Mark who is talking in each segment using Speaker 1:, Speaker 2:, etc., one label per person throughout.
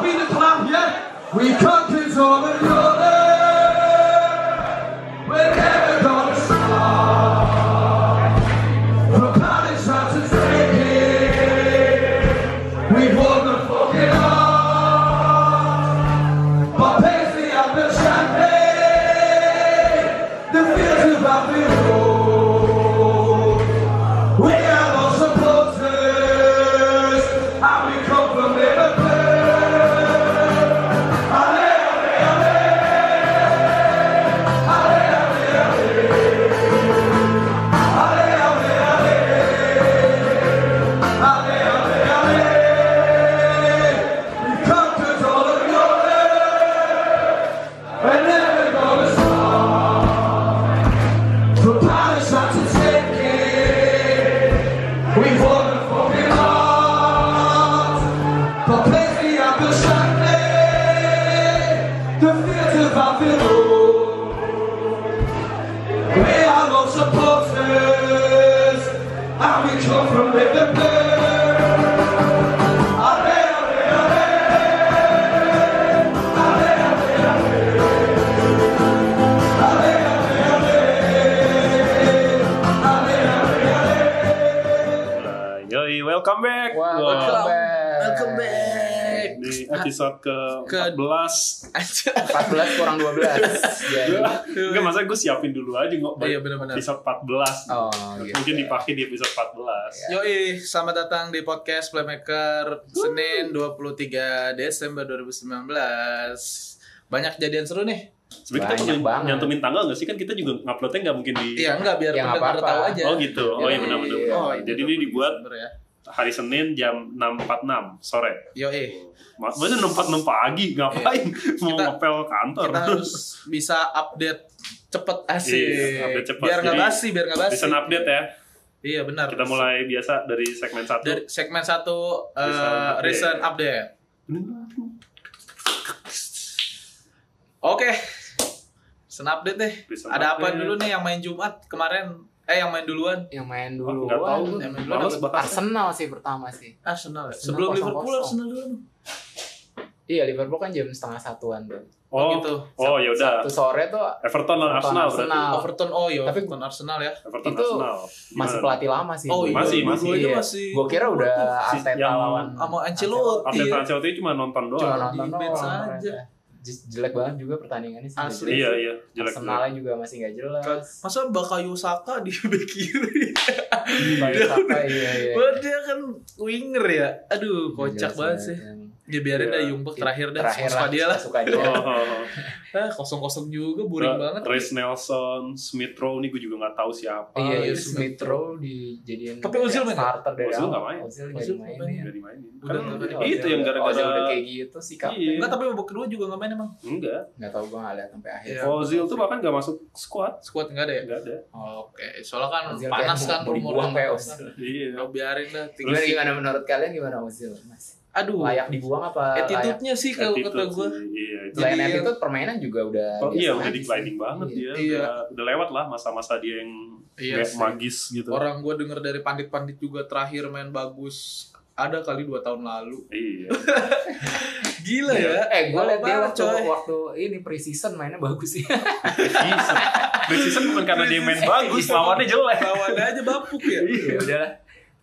Speaker 1: Beni Trumpian, we cut it all and roll We're never gonna stop. The party's trying to take it. We won the fucking odds. But Paisley and the champagne, the fields of Babylon. We are the supporters, and we come from Liverpool. Ale, ale, ale. Ale, ale, ale. Ale, ale, ale. Ale, ale, ale. We conquered all of Europe. We're never gonna stop. The palace not to take it. We won the fucking odds. But place the apple shine. The theater of Babylon. We are all supporters. And we come from Liverpool. Ale, ale, ale. Ale, ale, ale. Ale, ale, ale. Ale, ale, ale.
Speaker 2: Nah, yoi, welcome back. Wah,
Speaker 3: Wah, welcome back.
Speaker 4: Welcome back.
Speaker 2: Di episode ke,
Speaker 4: Ke-
Speaker 2: 14
Speaker 4: Anjir.
Speaker 3: 14 kurang Iya. 12. Jadi.
Speaker 2: Enggak, masa gue siapin dulu aja nggak
Speaker 4: Iya, benar-benar. iya.
Speaker 2: episode 14
Speaker 3: Oh, gitu.
Speaker 2: Mungkin dipakai di episode 14
Speaker 4: Yoi, selamat datang di podcast Playmaker Senin 23 Desember 2019. Banyak kejadian seru nih.
Speaker 2: Sebenernya kita
Speaker 3: Banyak
Speaker 2: perlu
Speaker 3: banget.
Speaker 2: nyantumin tanggal nggak sih? Kan kita juga nguploadnya nggak mungkin di
Speaker 4: Iya, enggak biar
Speaker 3: Ya, nggak
Speaker 4: pendengar
Speaker 3: apa-apa.
Speaker 4: tahu aja.
Speaker 2: Oh gitu, oh iya benar-benar
Speaker 3: Iya.
Speaker 2: Oh, Jadi ini dibuat
Speaker 4: Desember ya.
Speaker 2: hari Senin jam 6.46 sore
Speaker 4: Yoi,
Speaker 2: Maksudnya 6.46 pagi, ngapain? Mau
Speaker 4: Iya. Kita-
Speaker 2: ngepel kantor
Speaker 4: kita harus bisa update cepet asik.
Speaker 2: Iya, update cepet.
Speaker 4: Biar nggak
Speaker 2: Jadi,
Speaker 4: basi, biar nggak basi.
Speaker 2: Listen update ya
Speaker 4: Iya, benar.
Speaker 2: Kita mulai biasa dari segmen 1
Speaker 4: dari segmen satu eh,
Speaker 2: Recent update.
Speaker 4: recent update. Oke. Recent update deh.
Speaker 2: Recent
Speaker 4: Ada apa
Speaker 2: update.
Speaker 4: dulu nih yang main Jumat kemarin? Eh yang main duluan
Speaker 3: Yang main dulu.
Speaker 2: Nggak tahu.
Speaker 4: Yang main duluan
Speaker 2: Males
Speaker 4: apa?
Speaker 2: bahas
Speaker 3: Arsenal sih pertama sih.
Speaker 4: Arsenal. ya?
Speaker 3: Arsenal
Speaker 4: Sebelum Liverpool
Speaker 3: 0-0.
Speaker 4: Arsenal dulu.
Speaker 3: Iya, Liverpool kan jam setengah satuan tuh.
Speaker 2: Oh,
Speaker 4: gitu.
Speaker 2: oh ya udah.
Speaker 3: Satu sore tuh
Speaker 2: Everton lawan
Speaker 3: Everton
Speaker 2: Arsenal berarti.
Speaker 3: Arsenal.
Speaker 4: Overton oh iya
Speaker 3: Tapi-
Speaker 4: Overton Arsenal ya.
Speaker 2: Everton
Speaker 3: Itu
Speaker 2: Arsenal.
Speaker 3: masih pelatih lama sih.
Speaker 4: Oh, iya.
Speaker 2: Masih,
Speaker 3: Dulu.
Speaker 2: masih.
Speaker 3: Iya.
Speaker 4: Itu masih-
Speaker 3: Gua kira udah
Speaker 2: Si-
Speaker 3: Arteta
Speaker 2: yang-
Speaker 3: lawan
Speaker 4: Sama Ancelotti. ya?
Speaker 2: Arteta Ancelotti cuma nonton doang.
Speaker 3: Cuma nonton
Speaker 4: Di
Speaker 3: doang.
Speaker 4: bench
Speaker 3: ternyata.
Speaker 4: aja.
Speaker 3: Je- Jelek banget juga pertandingannya sih.
Speaker 4: Asli.
Speaker 2: Iya, iya, jelek.
Speaker 3: Arsenalnya juga masih nggak jelas.
Speaker 4: Masa Bakayo Saka di bek kiri?
Speaker 3: Bayar apa iya iya.
Speaker 4: Wah, dia kan winger ya. Aduh, kocak
Speaker 3: Jelas
Speaker 4: banget sih.
Speaker 3: emang.
Speaker 4: Ya biarin
Speaker 2: Iya.
Speaker 4: dah Jungbek Iya, terakhir dah.
Speaker 3: Terakhir
Speaker 4: Suka dia lah.
Speaker 3: Suka
Speaker 2: Oh,
Speaker 3: dia.
Speaker 2: oh, oh.
Speaker 4: Ah, kosong-kosong juga
Speaker 2: Ra-
Speaker 4: boring banget.
Speaker 2: Reece Nelson, Smith Rowe ini gue juga nggak tahu siapa.
Speaker 3: Iya, iya,
Speaker 4: iya,
Speaker 3: Smith Rowe dijadiin
Speaker 4: Tapi Ozil main nggak?
Speaker 3: starter dari
Speaker 2: Ozil
Speaker 3: awal.
Speaker 2: nggak main.
Speaker 3: Ozil
Speaker 4: Ozil
Speaker 3: nggak
Speaker 4: main ya?
Speaker 3: dimainin.
Speaker 2: Nggak dimainin.
Speaker 4: Udah
Speaker 2: Kan
Speaker 4: nggak main.
Speaker 2: itu yang
Speaker 3: Ozil udah
Speaker 2: gara-gara
Speaker 3: kayak gitu sikapnya.
Speaker 2: Iya.
Speaker 4: Enggak, tapi babak kedua juga nggak main emang.
Speaker 2: Enggak.
Speaker 3: Nggak tahu gue nggak lihat sampai akhir.
Speaker 4: Iya.
Speaker 2: Ozil tuh bahkan nggak masuk squad.
Speaker 4: Squad nggak ada ya?
Speaker 2: Nggak ada.
Speaker 4: Oke, soalnya kan
Speaker 3: Ozil kayak
Speaker 4: panas
Speaker 3: mau-
Speaker 4: kan
Speaker 3: mau dibuang kayak
Speaker 4: rumor-rumor.
Speaker 3: Ozil.
Speaker 2: Iya.
Speaker 4: Udah biarin dah. tinggal-
Speaker 3: Gimana, gimana menurut kalian gimana Ozil? Mas?
Speaker 2: Uh.
Speaker 4: Aduh,
Speaker 3: Layak dibuang apa? Layak?
Speaker 4: attitude-nya sih kalau kata
Speaker 2: Attitude
Speaker 4: gue.
Speaker 2: sih. Iya, itu.
Speaker 3: Selain
Speaker 4: Jadi-
Speaker 3: attitude permainan juga udah
Speaker 2: Oh,
Speaker 3: biasa
Speaker 2: iya, udah
Speaker 3: aja sih.
Speaker 2: declining banget
Speaker 3: Iya.
Speaker 2: dia.
Speaker 4: Iya.
Speaker 2: Udah, udah lewat lah masa-masa dia yang
Speaker 4: Iya
Speaker 2: kayak
Speaker 4: sih.
Speaker 2: magis gitu.
Speaker 4: Orang gue denger dari pandit-pandit juga terakhir main bagus. Ada kali dua tahun lalu.
Speaker 2: Iya.
Speaker 4: Gila ya.
Speaker 3: Eh, gue
Speaker 4: Gila
Speaker 3: liat dia
Speaker 4: banget,
Speaker 3: waktu,
Speaker 4: coy.
Speaker 3: waktu ini pre-season mainnya bagus ya. sih.
Speaker 2: Preseason. Preseason bukan karena dia main bagus,
Speaker 4: Iya.
Speaker 2: lawannya jelek.
Speaker 4: Lawannya aja bapuk ya.
Speaker 3: ya udahlah.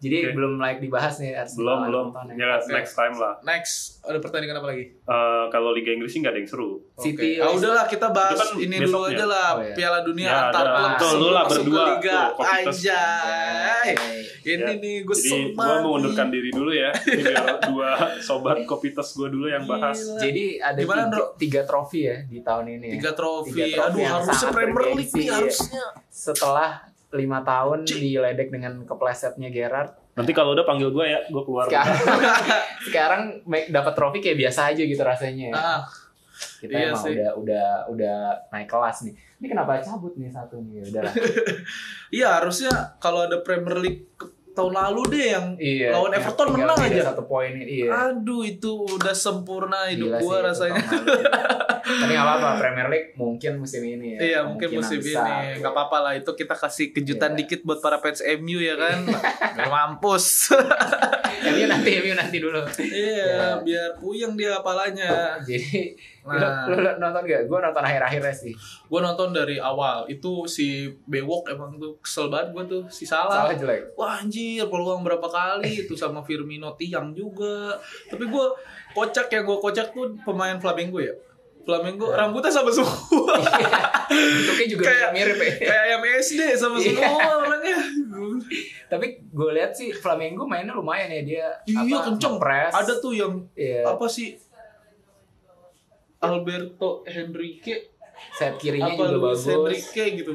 Speaker 3: Jadi
Speaker 2: Iya. Oke.
Speaker 3: belum layak dibahas nih
Speaker 2: Belum,
Speaker 3: Arsenal.
Speaker 2: belum.
Speaker 3: Everton ya.
Speaker 2: Ya,
Speaker 4: Oke.
Speaker 2: next time lah.
Speaker 4: Next, ada pertandingan apa lagi?
Speaker 2: Eh, kalau Liga Inggris sih nggak ada yang seru.
Speaker 3: City.
Speaker 4: Oke. Ah, udahlah kita bahas
Speaker 2: Itu kan
Speaker 4: ini
Speaker 2: besoknya.
Speaker 4: dulu aja lah
Speaker 3: Oh, iya.
Speaker 4: Piala Dunia
Speaker 2: Ya,
Speaker 4: antar
Speaker 2: ada.
Speaker 4: klub
Speaker 3: Tuh,
Speaker 4: sebelum
Speaker 2: lu lah
Speaker 4: masuk ke
Speaker 2: berdua.
Speaker 4: liga
Speaker 2: Tuh, komunitas.
Speaker 4: anjay. Ini
Speaker 2: Ya.
Speaker 4: nih gue
Speaker 2: Jadi gue mau mengundurkan diri dulu ya. Ini biar dua sobat kopitas gue dulu
Speaker 4: Iya.
Speaker 2: yang bahas.
Speaker 3: Jadi ada
Speaker 4: Gimana,
Speaker 3: tiga,
Speaker 4: Bro?
Speaker 3: tiga trofi ya di tahun ini. ya.
Speaker 4: tiga trofi.
Speaker 3: Tiga trofi
Speaker 4: Aduh
Speaker 3: yang
Speaker 4: harusnya
Speaker 3: sangat
Speaker 4: Premier League
Speaker 3: bergengsi,
Speaker 4: nih
Speaker 3: iya.
Speaker 4: harusnya.
Speaker 3: Setelah lima tahun
Speaker 4: Cik.
Speaker 3: diledek dengan keplesetnya Gerard,
Speaker 2: Nanti kalau udah panggil gue ya, gue keluar.
Speaker 3: sekarang sekarang make- dapat trofi kayak biasa aja gitu rasanya. ya.
Speaker 4: Ah,
Speaker 3: Kita
Speaker 4: iya
Speaker 3: emang
Speaker 4: sih.
Speaker 3: udah udah udah naik kelas nih. Ya Ini kenapa cabut nih satu nih? Udah lah.
Speaker 4: iya harusnya kalau ada Premier League ke- tahun lalu deh yang
Speaker 3: Iya.
Speaker 4: lawan
Speaker 3: yang
Speaker 4: Everton
Speaker 3: tinggal
Speaker 4: menang
Speaker 3: beda
Speaker 4: aja.
Speaker 3: Satu poin iya.
Speaker 4: Aduh itu udah sempurna hidup
Speaker 3: Gila sih,
Speaker 4: gua
Speaker 3: itu kan.
Speaker 4: rasanya.
Speaker 3: tahun lalu. Tapi nggak apa-apa, Premier League mungkin musim ini ya.
Speaker 4: Iya mungkin
Speaker 3: Kemungkinan
Speaker 4: musim
Speaker 3: besar.
Speaker 4: ini nggak apa-apa lah itu kita kasih kejutan
Speaker 3: Iya.
Speaker 4: dikit buat para fans MU ya kan Biar mampus
Speaker 3: MU nanti, MU nanti dulu. Ya.
Speaker 4: iya biar puyeng dia kepalanya
Speaker 3: Jadi
Speaker 4: Nah.
Speaker 3: lu, lu nonton gak? Gue nonton akhir-akhirnya sih.
Speaker 4: gue nonton dari awal itu si Bewok emang tuh kesel banget gue tuh si salah
Speaker 3: Salah jelek.
Speaker 4: Wah anjir peluang berapa kali itu sama Firmino tiang juga. Tapi gue kocak ya gue kocak tuh pemain Flamengo ya. Flamengo
Speaker 3: Ya.
Speaker 4: rambutnya sama semua.
Speaker 3: Bentuknya juga
Speaker 4: Kayak-
Speaker 3: mirip ya.
Speaker 4: Kayak ayam SD sama
Speaker 3: Iya.
Speaker 4: semua orangnya.
Speaker 3: Tapi gue lihat sih Flamengo mainnya lumayan ya dia.
Speaker 4: Iya
Speaker 3: apa,
Speaker 4: kenceng.
Speaker 3: nge-press.
Speaker 4: Ada tuh yang
Speaker 3: Iya.
Speaker 4: apa sih Alberto Henrique
Speaker 3: Sayap kirinya
Speaker 4: apa
Speaker 3: juga
Speaker 4: Luis
Speaker 3: bagus.
Speaker 4: Henrique gitu.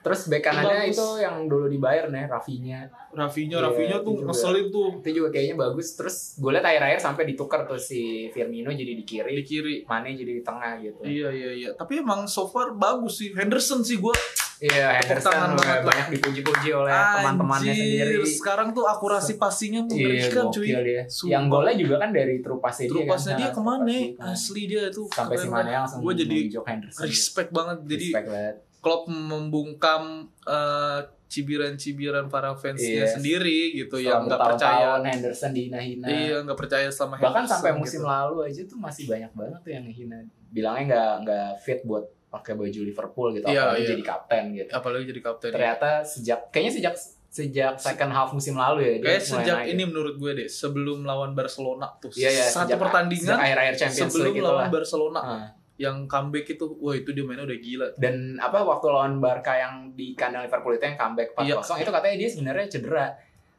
Speaker 3: Terus back kanannya
Speaker 4: Bagus.
Speaker 3: itu yang dulu di Bayern ya, Rafinha.
Speaker 4: Rafinya,
Speaker 3: Iya,
Speaker 4: Rafinya
Speaker 3: itu
Speaker 4: tuh
Speaker 3: juga.
Speaker 4: ngeselin tuh
Speaker 3: Itu juga kayaknya bagus. Terus gue lihat akhir-akhir sampai ditukar tuh si Firmino jadi di
Speaker 4: di
Speaker 3: kiri,
Speaker 4: kiri.
Speaker 3: Mane jadi di tengah gitu.
Speaker 4: Iya iya iya. Tapi emang so far bagus sih. Henderson sih gue
Speaker 3: Iya,
Speaker 4: Tepuk
Speaker 3: Henderson
Speaker 4: tangan banget
Speaker 3: banyak,
Speaker 4: lah.
Speaker 3: banyak dipuji-puji oleh ya, teman-temannya
Speaker 4: Anjir,
Speaker 3: sendiri.
Speaker 4: Sekarang tuh akurasi
Speaker 3: Iya,
Speaker 4: passingnya mengerikan
Speaker 3: gokil
Speaker 4: cuy.
Speaker 3: dia.
Speaker 4: Sumpah.
Speaker 3: Yang golnya juga kan dari true pass dia.
Speaker 4: Terupasnya
Speaker 3: kan,
Speaker 4: dia
Speaker 3: nah,
Speaker 4: kemana? ya?
Speaker 3: true pass dia.
Speaker 4: Asli dia tuh.
Speaker 3: Sampai si Mane langsung
Speaker 4: Gue jadi
Speaker 3: menunjuk Henderson.
Speaker 4: respect banget. Jadi
Speaker 3: Respect banget.
Speaker 4: Klopp membungkam eh, cibiran-cibiran para fansnya
Speaker 3: Iya.
Speaker 4: sendiri gitu
Speaker 3: Selama
Speaker 4: yang nggak percaya.
Speaker 3: bertahun-tahun Henderson dihina-hina.
Speaker 4: Iya nggak percaya sama
Speaker 3: Bahkan
Speaker 4: Henderson
Speaker 3: sampai musim
Speaker 4: gitu.
Speaker 3: lalu aja tuh masih banyak banget tuh yang hina. Bilangnya nggak nggak fit buat pakai baju Liverpool gitu,
Speaker 4: Iya,
Speaker 3: apalagi
Speaker 4: iya.
Speaker 3: jadi kapten gitu.
Speaker 4: Apalagi jadi kapten. ya.
Speaker 3: Ternyata sejak kayaknya sejak sejak second half musim lalu ya dia
Speaker 4: Kayak
Speaker 3: mulai
Speaker 4: sejak
Speaker 3: naik.
Speaker 4: ini menurut gue deh sebelum lawan Barcelona tuh
Speaker 3: Iya, iya,
Speaker 4: satu
Speaker 3: sejak-
Speaker 4: pertandingan
Speaker 3: sejak akhir-akhir Champions
Speaker 4: sebelum
Speaker 3: League itu
Speaker 4: lawan
Speaker 3: lah. Ah.
Speaker 4: Barcelona
Speaker 3: Heeh.
Speaker 4: yang comeback itu wah itu dia mainnya udah gila
Speaker 3: dan apa waktu lawan Barca yang di kandang Liverpool itu yang comeback 4-0 itu katanya dia sebenarnya cedera.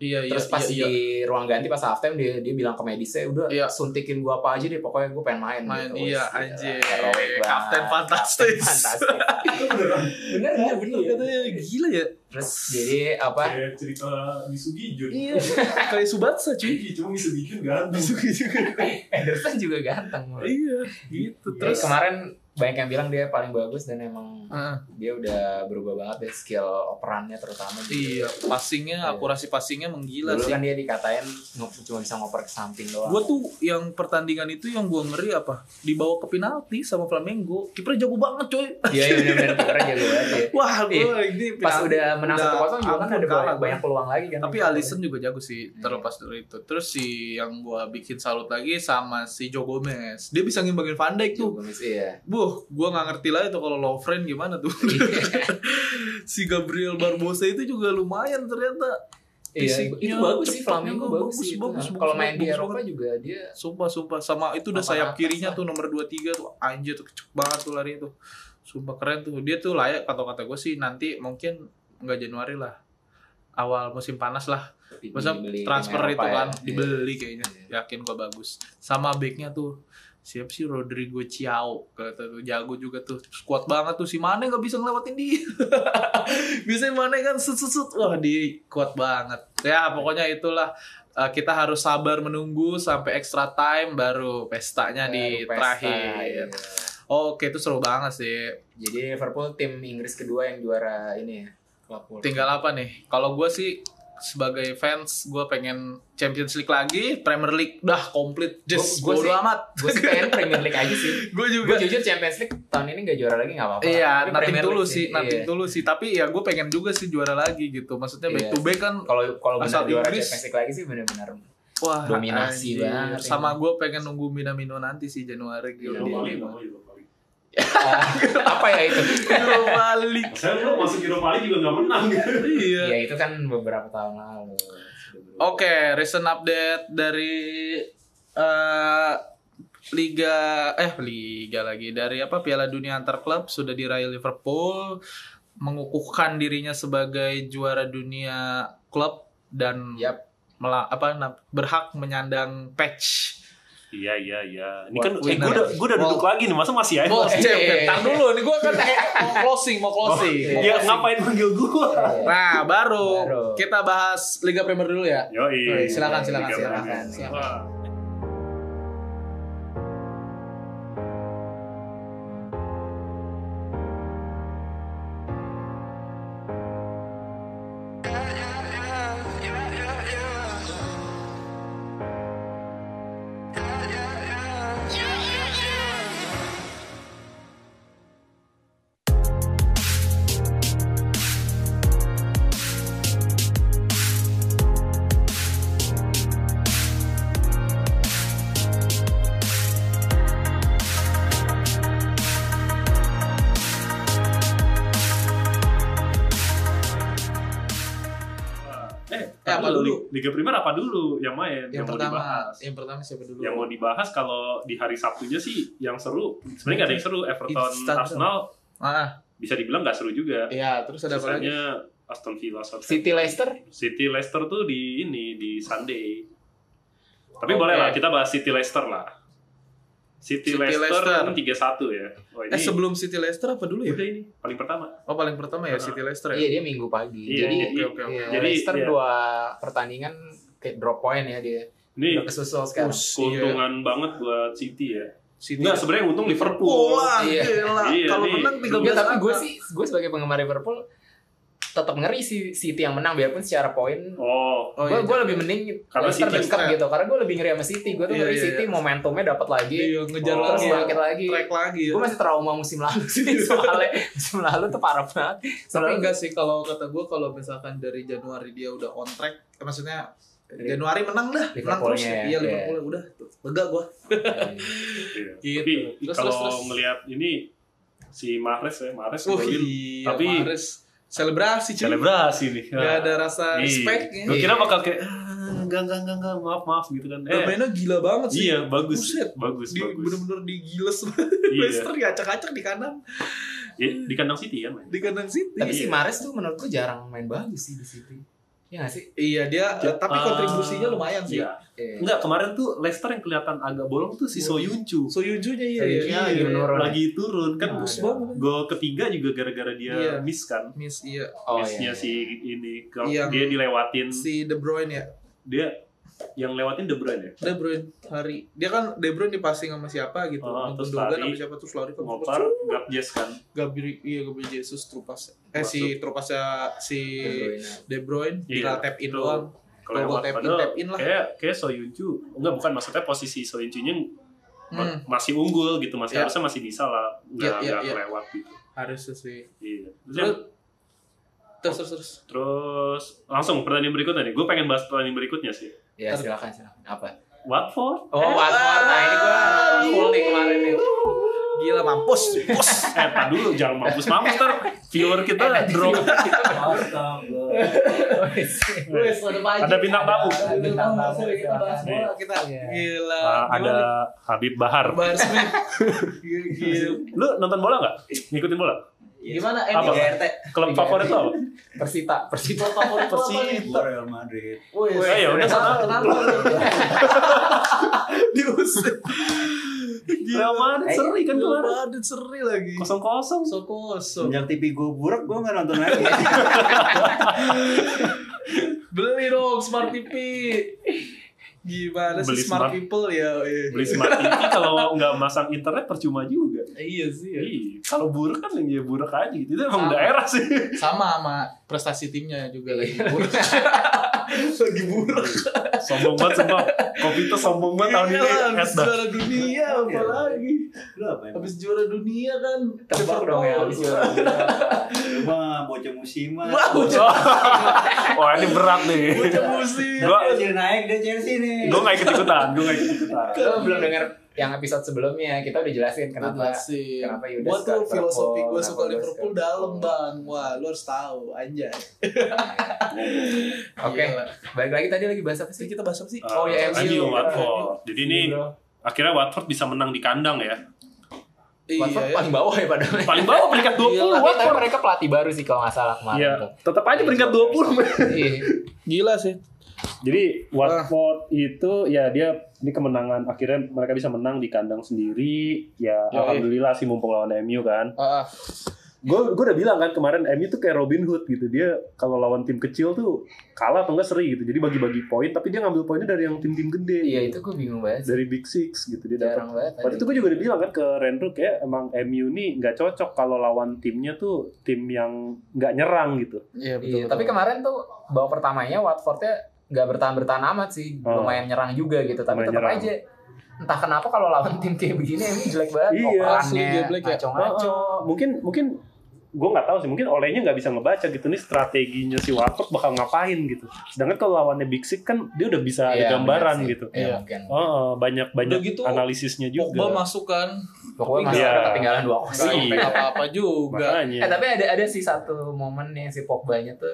Speaker 4: iya
Speaker 3: Terus
Speaker 4: iya
Speaker 3: pas
Speaker 4: iya,
Speaker 3: di ruang ganti pas halftime dia dia bilang ke medisnya udah
Speaker 4: Iya.
Speaker 3: suntikin gua apa aja deh pokoknya gua pengen main.
Speaker 4: main
Speaker 3: gitu.
Speaker 4: iya
Speaker 3: Wih,
Speaker 4: anjir
Speaker 3: gila, heroik banget.
Speaker 4: kapten fantastis
Speaker 3: Kapten fantastis. bener
Speaker 4: Iya,
Speaker 3: kan?
Speaker 4: bener
Speaker 3: Iya.
Speaker 4: katanya Iya. gila ya
Speaker 3: Terus jadi apa?
Speaker 2: Kayak cerita Misugijun.
Speaker 4: iya kayak Subatsa cuy
Speaker 2: Cuy, cuma kan. Misugijun ganteng. Eh,
Speaker 3: Henderson juga ganteng.
Speaker 4: iya gitu
Speaker 3: Terus
Speaker 4: terus
Speaker 3: kemarin banyak yang bilang dia paling bagus dan emang
Speaker 4: Heeh.
Speaker 3: dia udah berubah banget ya skill operannya terutama di
Speaker 4: iya passingnya
Speaker 3: Iya.
Speaker 4: akurasi passingnya menggila
Speaker 3: Dulu
Speaker 4: sih
Speaker 3: kan dia dikatain nge- cuma bisa ngoper ke samping doang.
Speaker 4: gue tuh yang pertandingan itu yang gue ngeri apa dibawa ke penalti sama Flamengo kiper jago banget coy
Speaker 3: Iya iya benar-benar kipernya jago banget ya.
Speaker 4: wah gue ini
Speaker 3: Pas
Speaker 4: penalti.
Speaker 3: udah menang
Speaker 4: udah
Speaker 3: satu kosong juga kan
Speaker 4: ampun,
Speaker 3: ada
Speaker 4: kalah
Speaker 3: banyak,
Speaker 4: gua.
Speaker 3: banyak peluang lagi kan.
Speaker 4: tapi Alisson juga jago sih
Speaker 3: Iya.
Speaker 4: terlepas dari itu terus si yang gue bikin salut lagi sama si Joe Gomez dia bisa ngimbangin Van Dijk tuh
Speaker 3: itu iya.
Speaker 4: Buh, gua nggak ngerti lah itu kalau Lovren gimana tuh. si Gabriel Barbosa itu juga lumayan ternyata.
Speaker 3: Iya,
Speaker 4: Fisiknya,
Speaker 3: itu bagus sih Flamengo bagus
Speaker 4: bagus,
Speaker 3: sih. itu.
Speaker 4: bagus, bagus,
Speaker 3: Kalau main di
Speaker 4: bagus
Speaker 3: Eropa juga dia
Speaker 4: Sumpah, sumpah. Sama itu udah
Speaker 3: Papan
Speaker 4: sayap
Speaker 3: atas
Speaker 4: kirinya
Speaker 3: lah.
Speaker 4: tuh nomor 23 tuh. Anjir tuh kecek banget tuh lari itu. Sumpah keren tuh. Dia tuh layak kata kata gue sih nanti mungkin nggak Januari lah. Awal musim panas lah.
Speaker 3: di-
Speaker 4: Masa
Speaker 3: dibeli
Speaker 4: transfer
Speaker 3: sama
Speaker 4: itu
Speaker 3: Eropa ya.
Speaker 4: kan
Speaker 3: Iya.
Speaker 4: dibeli kayaknya.
Speaker 3: Iya.
Speaker 4: Yakin gua bagus. Sama backnya tuh siap sih Rodrigo Ciao kata tuh jago juga tuh kuat banget tuh si Mane nggak bisa ngelewatin dia biasanya Mane kan sut sut sut wah dia kuat banget ya pokoknya itulah Eh, kita harus sabar menunggu sampai extra time baru pestanya
Speaker 3: Baru
Speaker 4: di
Speaker 3: pesta, iya.
Speaker 4: terakhir oke itu seru banget sih
Speaker 3: Jadi Liverpool tim Inggris kedua yang juara ini ya. Klub World.
Speaker 4: tinggal apa nih kalau gue sih sebagai fans gue pengen Champions League lagi Premier League dah komplit just
Speaker 3: Gua- gua
Speaker 4: bodo
Speaker 3: sih-
Speaker 4: amat
Speaker 3: gue sih pengen Premier League aja sih.
Speaker 4: gue
Speaker 3: Gue
Speaker 4: juga
Speaker 3: jujur Champions League tahun ini gak juara lagi gak apa-apa.
Speaker 4: Iya,
Speaker 3: Tapi
Speaker 4: nanti
Speaker 3: Premier
Speaker 4: dulu
Speaker 3: League
Speaker 4: sih, nanti
Speaker 3: iya.
Speaker 4: dulu sih. Tapi ya gue pengen juga sih juara lagi gitu. Maksudnya back
Speaker 3: Iya
Speaker 4: to back kan,
Speaker 3: Kalau kalau benar
Speaker 4: Asal
Speaker 3: juara
Speaker 4: Inggris.
Speaker 3: Champions League lagi sih benar-benar
Speaker 4: wah
Speaker 3: Dominasi banget Iya, ini.
Speaker 4: Sama gue pengen nunggu Minamino nanti sih Januari
Speaker 2: iya,
Speaker 4: gitu.
Speaker 3: Europa
Speaker 4: Europa
Speaker 3: League.
Speaker 4: League.
Speaker 3: apa ya itu?
Speaker 2: Saya lu masuk Europa League juga nggak menang.
Speaker 4: Iya.
Speaker 3: ya itu kan beberapa tahun lalu.
Speaker 4: Oke, recent update dari eh, Liga eh Liga lagi dari apa Piala Dunia antar klub sudah diraih Liverpool mengukuhkan dirinya sebagai juara dunia klub dan
Speaker 3: Yap.
Speaker 4: mela- apa na- berhak menyandang patch
Speaker 2: Iya iya iya. Ini
Speaker 4: Buat
Speaker 2: kan eh,
Speaker 4: winner.
Speaker 2: gue udah gue udah duduk lagi nih, masa masih aja.
Speaker 4: Bos,
Speaker 3: Eh,
Speaker 4: Cep,
Speaker 3: eh,
Speaker 4: tar
Speaker 3: eh.
Speaker 4: dulu nih gua kan mau closing, mau closing.
Speaker 3: Oh,
Speaker 2: Ya ngapain manggil gue?
Speaker 3: Iya.
Speaker 4: Nah, baru,
Speaker 3: Baru.
Speaker 4: kita bahas Liga Premier dulu ya.
Speaker 2: Yoi.
Speaker 3: Iya,
Speaker 4: Silakan, silakan,
Speaker 3: Liga
Speaker 4: silakan.
Speaker 3: Premier.
Speaker 4: silakan.
Speaker 2: Wah.
Speaker 5: yeah, yeah, yeah.
Speaker 4: Eh, dulu?
Speaker 2: Li- Eh, Liga Primer apa dulu yang main yang,
Speaker 4: yang,
Speaker 2: mau
Speaker 4: pertama
Speaker 2: dibahas?
Speaker 4: yang pertama siapa dulu
Speaker 2: Yang mau dibahas kalau di hari Sabtunya sih yang seru. Sebenarnya nggak ada yang seru. Everton
Speaker 4: It's Tottenham.
Speaker 2: Arsenal
Speaker 4: ah
Speaker 2: bisa dibilang nggak seru juga.
Speaker 4: iya terus ada apa lagi
Speaker 2: Sisanya Aston Villa Southampton.
Speaker 3: City Leicester
Speaker 2: City Leicester tuh di ini di Sunday. Tapi
Speaker 3: Oke.
Speaker 2: boleh lah kita bahas City Leicester lah. City,
Speaker 4: City
Speaker 2: Leicester kan
Speaker 4: Leicester.
Speaker 2: 3-1 ya. Wah ini
Speaker 4: eh sebelum City Leicester apa dulu ya
Speaker 2: udah ini paling pertama.
Speaker 4: oh paling pertama ya
Speaker 2: Ah.
Speaker 4: City Leicester ya
Speaker 3: iya dia minggu pagi
Speaker 2: Iya,
Speaker 3: jadi
Speaker 2: iya,
Speaker 4: oke, oke.
Speaker 3: iya,
Speaker 2: Jadi,
Speaker 3: Leicester
Speaker 2: iya.
Speaker 3: dua pertandingan kayak drop point ya dia
Speaker 2: Ini
Speaker 4: Eh,
Speaker 3: udah kesusul sekarang
Speaker 4: Us, iya.
Speaker 2: keuntungan banget buat City ya.
Speaker 4: City
Speaker 2: Enggak sebenarnya untung Liverpool.
Speaker 4: Wah,
Speaker 3: Iya.
Speaker 4: gila.
Speaker 2: Iya,
Speaker 4: Kalau
Speaker 2: nih.
Speaker 4: menang
Speaker 2: Iya,
Speaker 3: Enggak,
Speaker 4: 13
Speaker 3: tapi gue
Speaker 4: angka.
Speaker 3: sih gue sebagai penggemar Liverpool tetap ngeri si City yang menang biarpun secara poin
Speaker 2: Oh,
Speaker 4: Oh,
Speaker 3: gue
Speaker 4: iya.
Speaker 3: gue lebih mending
Speaker 2: Karena
Speaker 3: Leicester
Speaker 2: City
Speaker 3: Leicester
Speaker 4: juga.
Speaker 3: gitu karena gue lebih ngeri sama City gue tuh
Speaker 4: Iya,
Speaker 3: ngeri
Speaker 4: iya,
Speaker 3: City
Speaker 4: iya.
Speaker 3: momentumnya dapat lagi
Speaker 4: Iya, ngejar
Speaker 2: Oh.
Speaker 4: lagi
Speaker 3: terus
Speaker 4: ya.
Speaker 3: bangkit lagi
Speaker 4: Track lagi ya.
Speaker 3: gue masih trauma musim lalu sih soalnya musim lalu tuh parah banget
Speaker 4: Tapi
Speaker 3: soalnya
Speaker 4: enggak sih kalau kata gue kalau misalkan dari Januari dia udah on track, eh, maksudnya
Speaker 3: Dari-
Speaker 4: Januari menang dah, menang
Speaker 3: Liverpoolnya
Speaker 4: terus.
Speaker 3: ya,
Speaker 4: Iya, Liverpool udah lega gue.
Speaker 2: iya.
Speaker 4: Gitu.
Speaker 2: Tapi
Speaker 4: Terus, terus, Oh,
Speaker 2: kalau
Speaker 4: terus.
Speaker 2: ngelihat ini si Mahrez ya, Mahrez golin.
Speaker 4: tapi
Speaker 2: Tapi-
Speaker 4: Mahrez selebrasi cuy.
Speaker 2: selebrasi nih.
Speaker 4: Gak ada rasa
Speaker 2: respect
Speaker 4: respect
Speaker 2: Gue kira bakal kayak "Ah, enggak enggak enggak enggak maaf maaf gitu kan. Eh,
Speaker 4: Bermainnya gila banget sih.
Speaker 2: iya bagus.
Speaker 4: Buset.
Speaker 2: Bagus
Speaker 4: Di,
Speaker 2: bagus.
Speaker 4: bener-bener digiles
Speaker 2: Iya.
Speaker 4: Leicester acak-acak di kandang
Speaker 2: Di, di kandang City kan main.
Speaker 4: di kandang City
Speaker 3: tapi si
Speaker 2: Iya.
Speaker 3: Mares tuh menurut gue jarang main bagus sih di City Iya gak sih
Speaker 4: iya dia
Speaker 2: Ja-
Speaker 4: tapi
Speaker 2: ah,
Speaker 4: kontribusinya lumayan sih
Speaker 2: Iya.
Speaker 3: Iya.
Speaker 2: Enggak, kemarin tuh Leicester yang kelihatan agak bolong tuh si Soyuncu.
Speaker 4: Soyuncunya iya
Speaker 3: Soyuncunya
Speaker 4: iya,
Speaker 3: lagi
Speaker 4: iya.
Speaker 3: menurun.
Speaker 2: Lagi turun kan
Speaker 3: Bagus
Speaker 4: banget.
Speaker 2: Gol ketiga juga gara-gara
Speaker 4: Nah, Iya.
Speaker 2: dia miss kan.
Speaker 4: miss iya
Speaker 3: oh
Speaker 2: Missnya
Speaker 3: iya
Speaker 2: si ini kalau
Speaker 4: Yang-
Speaker 2: dia dilewatin
Speaker 4: Iya. si De Bruyne ya
Speaker 2: dia yang lewatin De Bruyne ya.
Speaker 4: De Bruyne hari dia kan De Bruyne dipassing sama siapa gitu
Speaker 2: Oh,
Speaker 4: Sama
Speaker 2: terus
Speaker 4: Gundogan
Speaker 2: lari.
Speaker 4: sama siapa terus lari ke
Speaker 2: Ngoper, Gabjes kan.
Speaker 4: Gabriel iya Gabriel Jesus Trupas
Speaker 2: Masuk.
Speaker 4: eh si Trupasnya si
Speaker 3: De Bruyne.
Speaker 4: De Bruyne
Speaker 2: Iya,
Speaker 4: tinggal tap in
Speaker 2: betul.
Speaker 4: doang
Speaker 2: Kalau lewat
Speaker 4: Kalau tap in,
Speaker 2: padahal
Speaker 4: tap in lah.
Speaker 2: kayak kayak Soyuncu enggak bukan maksudnya posisi Soyuncunya
Speaker 4: hmm,
Speaker 2: ma- masih unggul gitu masih
Speaker 4: Iya.
Speaker 2: harusnya masih bisa lah nggak
Speaker 4: Iya, iya,
Speaker 2: nggak
Speaker 4: iya.
Speaker 2: kelewat gitu.
Speaker 4: harusnya sih
Speaker 2: Iya. Terus,
Speaker 4: Terus-
Speaker 2: yang-
Speaker 4: terus terus terus
Speaker 2: terus langsung pertandingan berikutnya nih. Gue pengen bahas pertandingan berikutnya sih.
Speaker 3: ya silakan silakan apa
Speaker 2: Watford.
Speaker 3: oh Watford nah ini gue
Speaker 4: Ah,
Speaker 3: full nih kemarin nih
Speaker 4: gila mampus bos
Speaker 2: Eh, tak dulu jangan mampus mampus ter. Viewer kita
Speaker 4: Eh,
Speaker 2: drop.
Speaker 3: Wes, udah pagi.
Speaker 2: Ada bintang tamu.
Speaker 3: Ada bintang tamu, kita bahas bola.
Speaker 4: Iya. kita
Speaker 3: Iya.
Speaker 4: gila
Speaker 2: Ah, ada Habib Bahar.
Speaker 4: Bar Smith gila
Speaker 2: Lu nonton bola nggak? Ngikutin bola?
Speaker 3: Gimana eh,
Speaker 2: Apa?
Speaker 3: Liga RT?
Speaker 4: Iya.
Speaker 2: Klub favorit lo? apa?
Speaker 3: Persita, Persita favorit lo apa nih?
Speaker 5: Gue Real Madrid.
Speaker 3: Wes,
Speaker 2: Eh, ya udah,
Speaker 3: kenapa,
Speaker 2: sana.
Speaker 3: kenapa?
Speaker 4: diusir
Speaker 2: Real Madrid seri kan
Speaker 4: Real
Speaker 2: kemarin.
Speaker 4: Madrid seri lagi
Speaker 2: Kosong kosong.
Speaker 4: so kosong
Speaker 5: Sejak TV gue buruk, gue nggak nonton lagi.
Speaker 4: beli dong smart TV gimana
Speaker 2: Beli
Speaker 4: sih
Speaker 2: smart-
Speaker 4: smart, people ya iya.
Speaker 2: Beli smart TV kalau nggak masang internet percuma juga.
Speaker 4: iya sih ya.
Speaker 2: Iya, kalau buruk kan ya buruk aja gitu. Itu emang
Speaker 4: Sama.
Speaker 2: daerah sih.
Speaker 4: sama sama prestasi timnya juga lagi buruk
Speaker 5: Lagi buruk.
Speaker 2: sombong banget semua. Kopi tuh sombong banget tahun ini.
Speaker 4: Iya,
Speaker 2: Es
Speaker 4: habis
Speaker 2: dah.
Speaker 4: juara dunia apa lagi
Speaker 5: Iya, Lu apa emang?
Speaker 4: habis juara dunia kan
Speaker 3: Tebak dong ya, habis juara dunia.
Speaker 5: Lu mah bocah musiman.
Speaker 4: Wah,
Speaker 5: Bocah
Speaker 2: Oh,
Speaker 4: bocah
Speaker 2: Wah ini berat nih.
Speaker 4: bocah musim
Speaker 2: Gua-
Speaker 5: Chelsea naik dia Chelsea nih.
Speaker 2: Gue nggak ikut ikutan. Gue nggak ikut ikutan.
Speaker 3: Lo belum denger yang episode sebelumnya, kita udah jelasin kenapa
Speaker 4: sih
Speaker 3: kenapa Yuda
Speaker 4: Gua
Speaker 3: suka
Speaker 4: tuh
Speaker 3: Liverpool,
Speaker 4: filosofi
Speaker 3: kenapa
Speaker 4: gue suka
Speaker 3: gua suka
Speaker 4: Liverpool
Speaker 3: Liverpool.
Speaker 4: dalam bang wah lu harus tahu anjay
Speaker 3: Oke,
Speaker 4: Gila.
Speaker 3: balik lagi tadi lagi bahas apa
Speaker 4: Jadi
Speaker 3: sih?
Speaker 4: kita bahas apa sih
Speaker 3: Oh, ya, MU.
Speaker 2: MU
Speaker 4: Iya.
Speaker 2: Watford. Jadi ini
Speaker 3: Bro.
Speaker 2: akhirnya Watford bisa menang di kandang ya.
Speaker 3: Watford
Speaker 4: iya
Speaker 3: paling bawah ya padahal.
Speaker 2: Paling bawah peringkat 20
Speaker 3: Gila, tapi- tapi
Speaker 2: Watford.
Speaker 3: mereka pelatih baru sih kalau nggak salah kemarin.
Speaker 2: Iya,
Speaker 3: tuh.
Speaker 2: tetap aja peringkat 20.
Speaker 3: Iya.
Speaker 4: gila sih
Speaker 2: Jadi Watford itu ya dia ini kemenangan akhirnya mereka bisa menang di kandang sendiri. Ya
Speaker 4: Yoi.
Speaker 2: alhamdulillah sih mumpung lawan MU kan.
Speaker 4: ah, ah.
Speaker 2: Gue gue udah bilang kan kemarin MU tuh kayak Robin Hood gitu. Dia kalau lawan tim kecil tuh kalah atau enggak seri gitu. Jadi bagi-bagi poin tapi dia ngambil poinnya dari yang tim-tim gede.
Speaker 3: Iya,
Speaker 2: gitu.
Speaker 3: itu gue bingung banget. sih.
Speaker 2: Dari Big Six gitu dia dapat.
Speaker 3: Jarang banget.
Speaker 2: Waktu itu gue juga udah bilang kan ke Rendro kayak emang MU nih nggak cocok kalau lawan timnya tuh tim yang nggak nyerang gitu.
Speaker 4: iya betul,
Speaker 3: Iya, tapi kemarin tuh babak pertamanya Watfordnya nggak bertahan bertahan amat sih,
Speaker 2: Oh.
Speaker 3: lumayan nyerang juga gitu, tapi
Speaker 2: Lumayan
Speaker 3: tetap
Speaker 2: nyerang.
Speaker 3: aja entah kenapa kalau lawan tim kayak begini ini jelek banget
Speaker 2: Iya,
Speaker 4: asli
Speaker 3: operannya,
Speaker 4: dia jelek ya.
Speaker 3: ngaco-ngaco.
Speaker 2: Ah, ah. mungkin mungkin gue nggak tahu sih mungkin olehnya nggak bisa ngebaca gitu nih strateginya si Watford bakal ngapain gitu sedangkan kalau lawannya Big Six kan dia udah bisa ada
Speaker 3: Iya,
Speaker 2: gambaran
Speaker 3: bener sih.
Speaker 2: gitu
Speaker 3: Iya,
Speaker 4: Iya.
Speaker 3: mungkin.
Speaker 2: Oh, oh, banyak banyak
Speaker 4: Udah gitu,
Speaker 2: analisisnya
Speaker 4: Pogba
Speaker 2: juga
Speaker 4: masuk kan
Speaker 3: Pokoknya masih
Speaker 2: Iya.
Speaker 3: ada ketinggalan dua
Speaker 4: nggak
Speaker 2: Iya.
Speaker 4: apa apa juga
Speaker 2: makanya
Speaker 3: Eh tapi ada ada sih satu momen yang si Pogba-nya tuh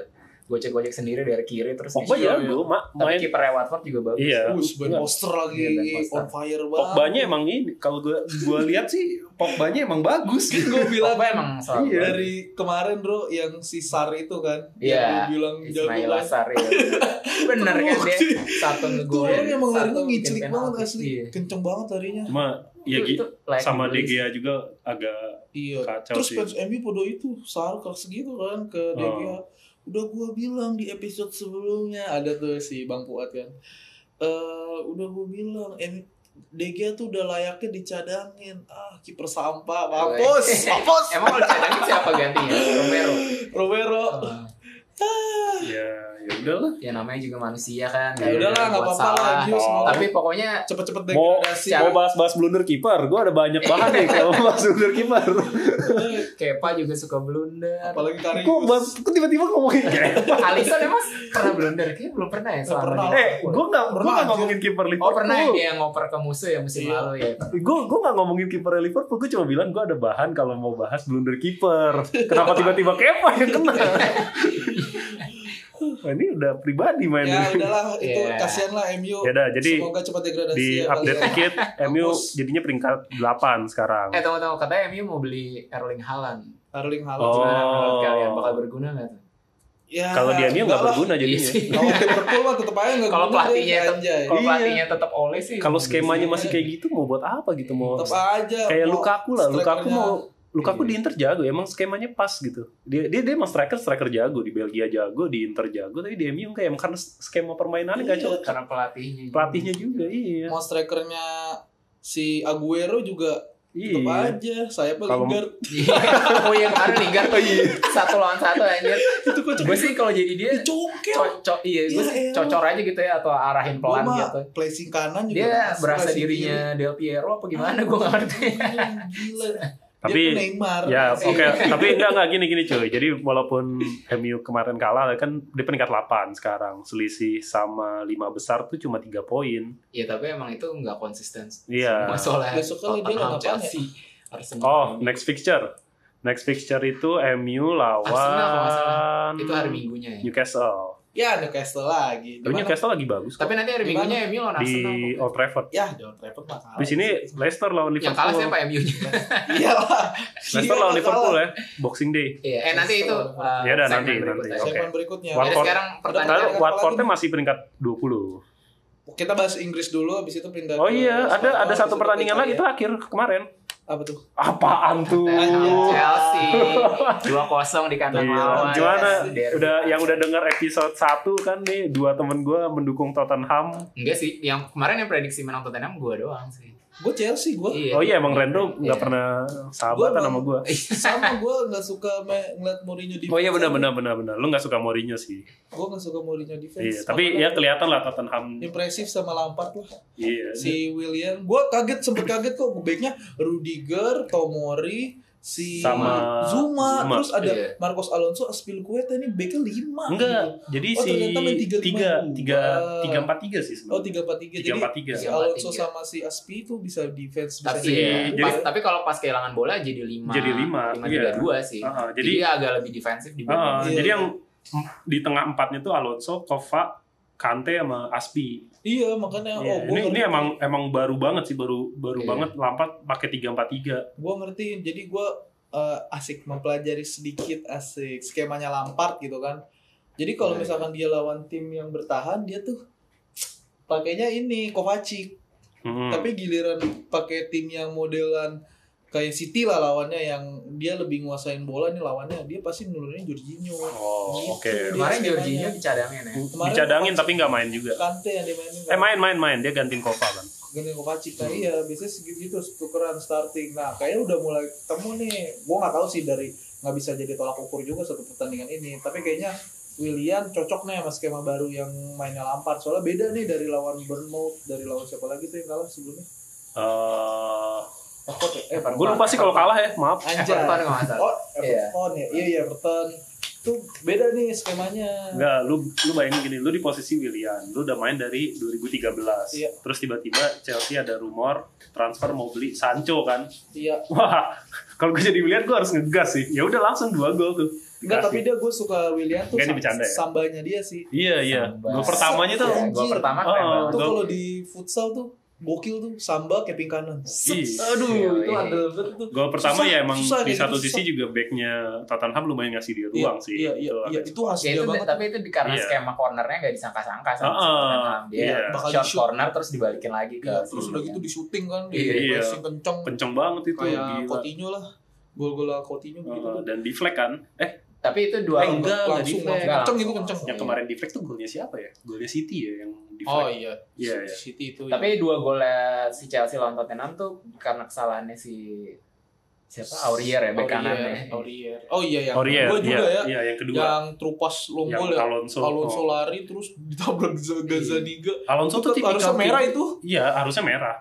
Speaker 3: gocek-gocek sendiri dari kiri terus
Speaker 2: Pogba
Speaker 4: Iya,
Speaker 2: ya dulu, Ma-
Speaker 3: tapi
Speaker 2: main
Speaker 3: kipernya Watford juga bagus
Speaker 2: Iya.
Speaker 4: Wih, Ben Foster lagi
Speaker 3: Iya, Ben Foster.
Speaker 4: on fire banget.
Speaker 2: Pogbanya emang ini kalau gua gua lihat sih Pogbanya emang bagus
Speaker 4: Kan gue bilang
Speaker 3: Pogba emang selalu
Speaker 2: Iya.
Speaker 4: dari kemarin bro yang si Sar itu kan.
Speaker 3: Iya.
Speaker 4: Yang lu bilang
Speaker 3: Ismail
Speaker 4: jago banget.
Speaker 3: Lasar ya bener kan dia
Speaker 4: Terbukti.
Speaker 3: satu
Speaker 4: Itu
Speaker 3: ngegolin
Speaker 4: orang emang larinya
Speaker 3: bikin
Speaker 4: ngicilik banget
Speaker 3: penalti.
Speaker 4: asli.
Speaker 3: Iya.
Speaker 4: Kenceng banget larinya.
Speaker 2: cuma ya
Speaker 3: Itu-
Speaker 2: Gi,
Speaker 3: itu layak
Speaker 2: sama
Speaker 3: dibeli.
Speaker 2: De Gea juga agak
Speaker 4: Iya.
Speaker 2: kacau
Speaker 4: Terus
Speaker 2: sih
Speaker 4: fans MU podo itu Sar kak segitu kan
Speaker 2: Oh.
Speaker 4: ke DGA. Udah gua bilang di episode sebelumnya ada tuh si Bang Puat kan. Eh udah gua bilang M DGA tuh udah layaknya dicadangin. Ah, kiper sampah, mampus, mampus.
Speaker 3: Eh, emang kalau dicadangin siapa gantinya Romero
Speaker 4: Romero. Ah,
Speaker 3: Ah,
Speaker 2: ya ya udahlah
Speaker 3: ya namanya juga manusia kan
Speaker 4: Ya udahlah
Speaker 3: Buat
Speaker 4: nggak apa-apa lah.
Speaker 3: salah.
Speaker 4: Gius,
Speaker 2: Oh.
Speaker 4: mau-
Speaker 3: tapi pokoknya
Speaker 4: cepet-cepet
Speaker 2: mau
Speaker 4: degradasi.
Speaker 3: ya.
Speaker 2: mau bahas-bahas blunder kiper gua ada banyak banget nih kalau bahas blunder kiper
Speaker 3: Kepa juga suka blunder
Speaker 4: Apalagi Karius.
Speaker 2: kok bahas- kok tiba-tiba ngomongin Kepa
Speaker 3: Alisson emang pernah blunder kayaknya belum pernah ya selama
Speaker 4: pernah.
Speaker 3: ini.
Speaker 2: eh gua nggak gua
Speaker 4: Pernah,
Speaker 2: nggak
Speaker 4: anjir.
Speaker 2: ngomongin kiper
Speaker 3: oh
Speaker 2: Liverpool
Speaker 3: pernah ya dia ngoper ke musuh ya musim
Speaker 4: Iya.
Speaker 3: lalu ya
Speaker 2: gue gue nggak ngomongin kiper Liverpool gue cuma bilang gue ada bahan kalau mau bahas blunder kiper kenapa tiba-tiba Kepa yang kena Wah, ini udah pribadi main
Speaker 4: Ya udahlah itu
Speaker 3: Iya.
Speaker 4: kasihan lah MU.
Speaker 2: ya udah jadi
Speaker 4: Semoga cepat degradasi
Speaker 2: di
Speaker 4: ya,
Speaker 2: update
Speaker 4: kalian.
Speaker 2: dikit MU
Speaker 4: Mampus.
Speaker 2: jadinya peringkat 8 sekarang
Speaker 3: eh tunggu tunggu katanya MU mau beli Erling Haaland
Speaker 4: Erling Haaland.
Speaker 2: Oh.
Speaker 3: gimana menurut kalian bakal berguna nggak tuh
Speaker 4: Ya,
Speaker 2: kalau dia MU nggak
Speaker 4: enggak lah.
Speaker 2: berguna jadinya
Speaker 3: Iya.
Speaker 4: Kalau Liverpool mah tetap aja nggak
Speaker 3: Kalau
Speaker 4: guna deh,
Speaker 3: pelatihnya itu-
Speaker 4: anjay.
Speaker 3: kalau
Speaker 2: Iya.
Speaker 3: pelatihnya tetap oleh sih
Speaker 2: kalau
Speaker 3: Iya.
Speaker 2: skemanya masih kayak gitu mau buat apa gitu mau
Speaker 4: tetap aja.
Speaker 2: kayak
Speaker 4: mau
Speaker 2: Lukaku lah Lukaku
Speaker 4: strikernya- Iya.
Speaker 2: mau Lukaku di Inter jago emang skemanya pas gitu dia dia dia emang striker striker jago di Belgia jago di Inter jago tapi di MU enggak ya karena skema permainannya nggak
Speaker 4: Iya.
Speaker 2: cocok
Speaker 3: karena pelatihnya juga.
Speaker 2: pelatihnya juga iya
Speaker 4: mau strikernya si Aguero juga tetap
Speaker 2: iya
Speaker 4: aja. Saya pun
Speaker 2: Kalau-
Speaker 4: Lingard.
Speaker 3: Iya. oh iya kemarin Ligar satu lawan satu anjir
Speaker 4: Itu kok
Speaker 3: gue sih kalau jadi
Speaker 4: Eh,
Speaker 3: dia
Speaker 4: dicokel.
Speaker 3: cocok iya gue
Speaker 4: Iya,
Speaker 3: sih
Speaker 4: iya.
Speaker 3: cocor aja gitu ya atau arahin
Speaker 4: Gua
Speaker 3: pelan
Speaker 4: mah
Speaker 3: gitu
Speaker 4: placing kanan juga.
Speaker 3: dia
Speaker 4: keras,
Speaker 3: berasa
Speaker 4: placing
Speaker 3: dirinya Del Piero apa gimana gue nggak ngerti
Speaker 4: kiri. Iya, Gila.
Speaker 2: tapi
Speaker 4: dia tuh Neymar.
Speaker 2: Ya,
Speaker 4: Iya.
Speaker 2: oke. Tapi enggak enggak gini gini cuy. Jadi walaupun MU kemarin kalah kan di peringkat 8 sekarang. Selisih sama 5 besar tuh cuma 3 poin.
Speaker 3: Iya tapi emang itu nggak konsisten.
Speaker 4: Eh,
Speaker 2: Iya.
Speaker 3: Masalah
Speaker 4: Besok kali dia
Speaker 3: Tottenham,
Speaker 4: lawan apaan ya?
Speaker 3: Chelsea, Arsenal.
Speaker 2: Oh, next fixture. Next fixture itu MU
Speaker 3: Arsenal kalau nggak
Speaker 2: lawan
Speaker 3: itu hari minggunya
Speaker 4: Gitu.
Speaker 3: ya.
Speaker 2: Newcastle.
Speaker 4: Ya Newcastle
Speaker 2: Tapi
Speaker 4: lagi. Gimana?
Speaker 2: Newcastle lagi bagus kok.
Speaker 3: Tapi nanti hari
Speaker 4: Di
Speaker 3: minggunya MU lawan
Speaker 2: di
Speaker 3: Arsenal. kok.
Speaker 2: Old Trafford.
Speaker 4: Ya jangan repot lah. kalah.
Speaker 2: Di sini Leicester lawan
Speaker 3: Yang kalah siapa ya?
Speaker 2: Liverpool.
Speaker 3: MU-nya?
Speaker 4: Iyalah. Iya,
Speaker 2: Leicester lawan Liverpool ya, Boxing Day.
Speaker 3: Iya. Eh nanti itu. uh,
Speaker 2: Ya udah,
Speaker 3: segmen
Speaker 2: nanti,
Speaker 3: berikutnya.
Speaker 2: nanti.
Speaker 4: Segmen berikutnya.
Speaker 3: Jadi
Speaker 2: Watford.
Speaker 3: sekarang pertanyaan
Speaker 2: Lalu
Speaker 4: Ada-
Speaker 2: Watfordnya masih peringkat 20.
Speaker 4: Kita bahas Inggris dulu, habis itu pindah.
Speaker 2: Oh
Speaker 4: ke
Speaker 2: iya,
Speaker 4: Spanyol,
Speaker 2: ada ada
Speaker 4: habis
Speaker 2: satu
Speaker 4: itu ke
Speaker 2: pertandingan lagi
Speaker 4: Italia.
Speaker 2: terakhir kemarin.
Speaker 4: Apa tuh?
Speaker 2: Apaan tuh?
Speaker 3: Tottenham, Chelsea dua kosong di kandang
Speaker 2: Iya.
Speaker 3: lawan.
Speaker 2: Gimana?
Speaker 3: Derby.
Speaker 2: Udah yang udah denger episode 1 kan nih dua temen gue mendukung Tottenham.
Speaker 3: Enggak sih, yang kemarin yang prediksi menang Tottenham gue doang sih.
Speaker 4: Gue Chelsea, gue
Speaker 2: Oh iya emang Rendo nggak
Speaker 3: Iya.
Speaker 2: pernah
Speaker 4: Gua
Speaker 2: sahabatan
Speaker 4: emang-
Speaker 2: sama
Speaker 4: eh,
Speaker 2: gue.
Speaker 4: sama gue nggak suka me- ngeliat Mourinho defense.
Speaker 2: Oh iya benar benar benar benar. Lu nggak suka Mourinho sih.
Speaker 4: Gue nggak suka Mourinho
Speaker 2: Iya,
Speaker 4: defense.
Speaker 2: tapi
Speaker 4: Makanya
Speaker 2: ya kelihatan lah Tottenham.
Speaker 4: impresif sama Lampard lah
Speaker 2: Iya.
Speaker 4: si William. Gue kaget sempet kaget kok backnya Rudiger, Tomori, si
Speaker 2: Sama
Speaker 4: Zuma,
Speaker 2: Zuma.
Speaker 4: terus ada
Speaker 3: Iya.
Speaker 4: Marcos Alonso, Aspilicueta ini backnya lima.
Speaker 2: Enggak, jadi
Speaker 4: Oh,
Speaker 2: si
Speaker 4: ternyata main tiga, lima,
Speaker 2: tiga
Speaker 4: dua.
Speaker 2: tiga tiga empat tiga sih
Speaker 4: Oh
Speaker 2: sebenarnya.
Speaker 4: tiga empat tiga.
Speaker 2: Tiga
Speaker 4: Jadi
Speaker 2: empat tiga.
Speaker 4: si
Speaker 3: Tiga, empat,
Speaker 4: Alonso
Speaker 3: tiga.
Speaker 4: sama si Aspi itu bisa defense bisa
Speaker 3: Tapi,
Speaker 2: Si-
Speaker 3: ya,
Speaker 4: nyerang.
Speaker 3: pas-
Speaker 2: jadi-
Speaker 3: tapi kalau pas kehilangan bola jadi lima.
Speaker 2: Jadi lima,
Speaker 3: Lima
Speaker 2: iya.
Speaker 3: tiga dua sih.
Speaker 2: Ah, ah,
Speaker 3: Jadi,
Speaker 2: jadi
Speaker 3: agak lebih defensif di
Speaker 2: ah,
Speaker 4: Iya.
Speaker 2: jadi yang di tengah empatnya tuh Alonso, Kovac, Kante sama Aspi.
Speaker 4: Iya makanya
Speaker 2: Iya,
Speaker 4: oh
Speaker 2: ini,
Speaker 4: gua
Speaker 2: ini
Speaker 4: ngerti.
Speaker 2: emang emang baru banget sih baru baru
Speaker 3: Iya.
Speaker 2: banget Lampard pakai tiga empat tiga.
Speaker 4: gue ngerti jadi gue asik mempelajari sedikit asik skemanya Lampard gitu kan jadi kalau
Speaker 3: Iya,
Speaker 4: misalkan dia lawan tim yang bertahan dia tuh pakainya ini Kovacic
Speaker 2: Hmm.
Speaker 4: tapi giliran pakai tim yang modelan kayak City lah lawannya yang dia lebih nguasain bola nih lawannya dia pasti nulurin Jorginho
Speaker 2: Oh, oke.
Speaker 3: Kemarin
Speaker 4: Iya,
Speaker 3: Jorginho
Speaker 4: makanya.
Speaker 3: dicadangin ya.
Speaker 4: Kemarin
Speaker 2: Dicadangin
Speaker 4: Kovacic-
Speaker 2: tapi nggak main juga.
Speaker 4: Kante yang dimainin
Speaker 2: Eh main main main dia gantiin Kovac kan.
Speaker 4: Gini Kovacic nah iya biasanya segitu tukeran starting nah kayaknya udah mulai ketemu nih gua nggak tahu sih dari nggak bisa jadi tolak ukur juga satu pertandingan ini tapi kayaknya William cocok nih sama skema baru yang mainnya Lampard soalnya beda nih dari lawan Bournemouth dari lawan siapa lagi tuh yang kalah sebelumnya
Speaker 2: Eh,
Speaker 4: Everton ya? eh
Speaker 2: gue lupa sih kalau kalah ya, maaf.
Speaker 4: Anjay
Speaker 3: Everton nggak masalah.
Speaker 4: oh Everton ya iya iya Everton tuh beda nih skemanya
Speaker 2: Enggak, lu lu bayangin gini, lu di posisi Willian, lu udah main dari 2013.
Speaker 4: Iya.
Speaker 2: Terus tiba-tiba Chelsea ada rumor transfer mau beli Sancho kan.
Speaker 4: iya
Speaker 2: Wah, kalau gue jadi Willian gue harus ngegas sih. Ya udah langsung dua gol tuh.
Speaker 4: Enggak, tapi dia gue suka William tuh
Speaker 2: Nggak, ini
Speaker 4: sam-
Speaker 2: bercanda ya?
Speaker 4: sambanya dia sih.
Speaker 2: Iya iya.
Speaker 3: Sambas.
Speaker 2: Gol pertamanya tuh.
Speaker 3: Iya, gol pertama
Speaker 2: Oh,
Speaker 3: keren banget.
Speaker 4: Itu
Speaker 2: Gol-
Speaker 4: kalau di futsal tuh gokil tuh samba keping kanan. Set.
Speaker 2: Iya.
Speaker 4: Aduh,
Speaker 3: Iya,
Speaker 4: itu
Speaker 3: iya.
Speaker 4: ada banget tuh.
Speaker 2: Gol pertama
Speaker 4: Susah,
Speaker 2: ya emang
Speaker 4: susah
Speaker 2: di
Speaker 4: kayak
Speaker 2: satu
Speaker 4: gitu,
Speaker 2: sisi
Speaker 4: susah.
Speaker 2: juga backnya Tottenham lumayan ngasih dia
Speaker 4: Iya,
Speaker 2: ruang sih. Gitu,
Speaker 4: Iya, iya, iya, itu khas
Speaker 3: Ya,
Speaker 4: dia
Speaker 3: itu,
Speaker 4: banget.
Speaker 3: tapi itu di- karena
Speaker 2: Iya.
Speaker 3: skema cornernya nggak disangka-sangka sama
Speaker 2: Ah,
Speaker 3: si Tottenham. dia
Speaker 2: iya.
Speaker 4: Bakal
Speaker 3: short
Speaker 4: di-shoot.
Speaker 3: corner terus dibalikin lagi ke ya.
Speaker 4: Iya, terus udah
Speaker 3: sininya.
Speaker 4: gitu di syuting kan, di
Speaker 3: Iya.
Speaker 4: iya. kenceng.
Speaker 2: Pencong banget itu.
Speaker 4: kayak
Speaker 2: gila.
Speaker 4: Coutinho lah. Gol-gol Coutinho begitu
Speaker 2: Uh,
Speaker 4: tuh.
Speaker 2: dan di flag kan eh
Speaker 3: tapi itu dua
Speaker 4: Eh, enggak, enggak di
Speaker 3: langsung,
Speaker 4: flag.
Speaker 3: enggak
Speaker 4: Kenceng
Speaker 3: langsung.
Speaker 4: itu, kenceng.
Speaker 2: yang kemarin di flag tuh golnya siapa ya golnya City ya yang di
Speaker 4: Iya. Oh
Speaker 2: flag
Speaker 4: iya.
Speaker 2: Iya, iya.
Speaker 4: City itu.
Speaker 3: Tapi dua golnya si Chelsea lawan Tottenham tuh karena kesalahannya si siapa Aurier ya bek kanannya.
Speaker 4: Aurier. Oh iya yang
Speaker 2: Aurier,
Speaker 4: gua
Speaker 2: iya,
Speaker 4: juga ya.
Speaker 2: iya, yang kedua
Speaker 4: Yang trupas
Speaker 2: yang
Speaker 4: longgol ya.
Speaker 2: Alonso
Speaker 4: Alonso
Speaker 2: Oh.
Speaker 4: lari terus ditabrak Z- Gazzaniga.
Speaker 2: Alonso tuh
Speaker 4: Itu
Speaker 2: tipikal
Speaker 4: harusnya merah
Speaker 2: kayak-
Speaker 4: itu.
Speaker 2: iya harusnya merah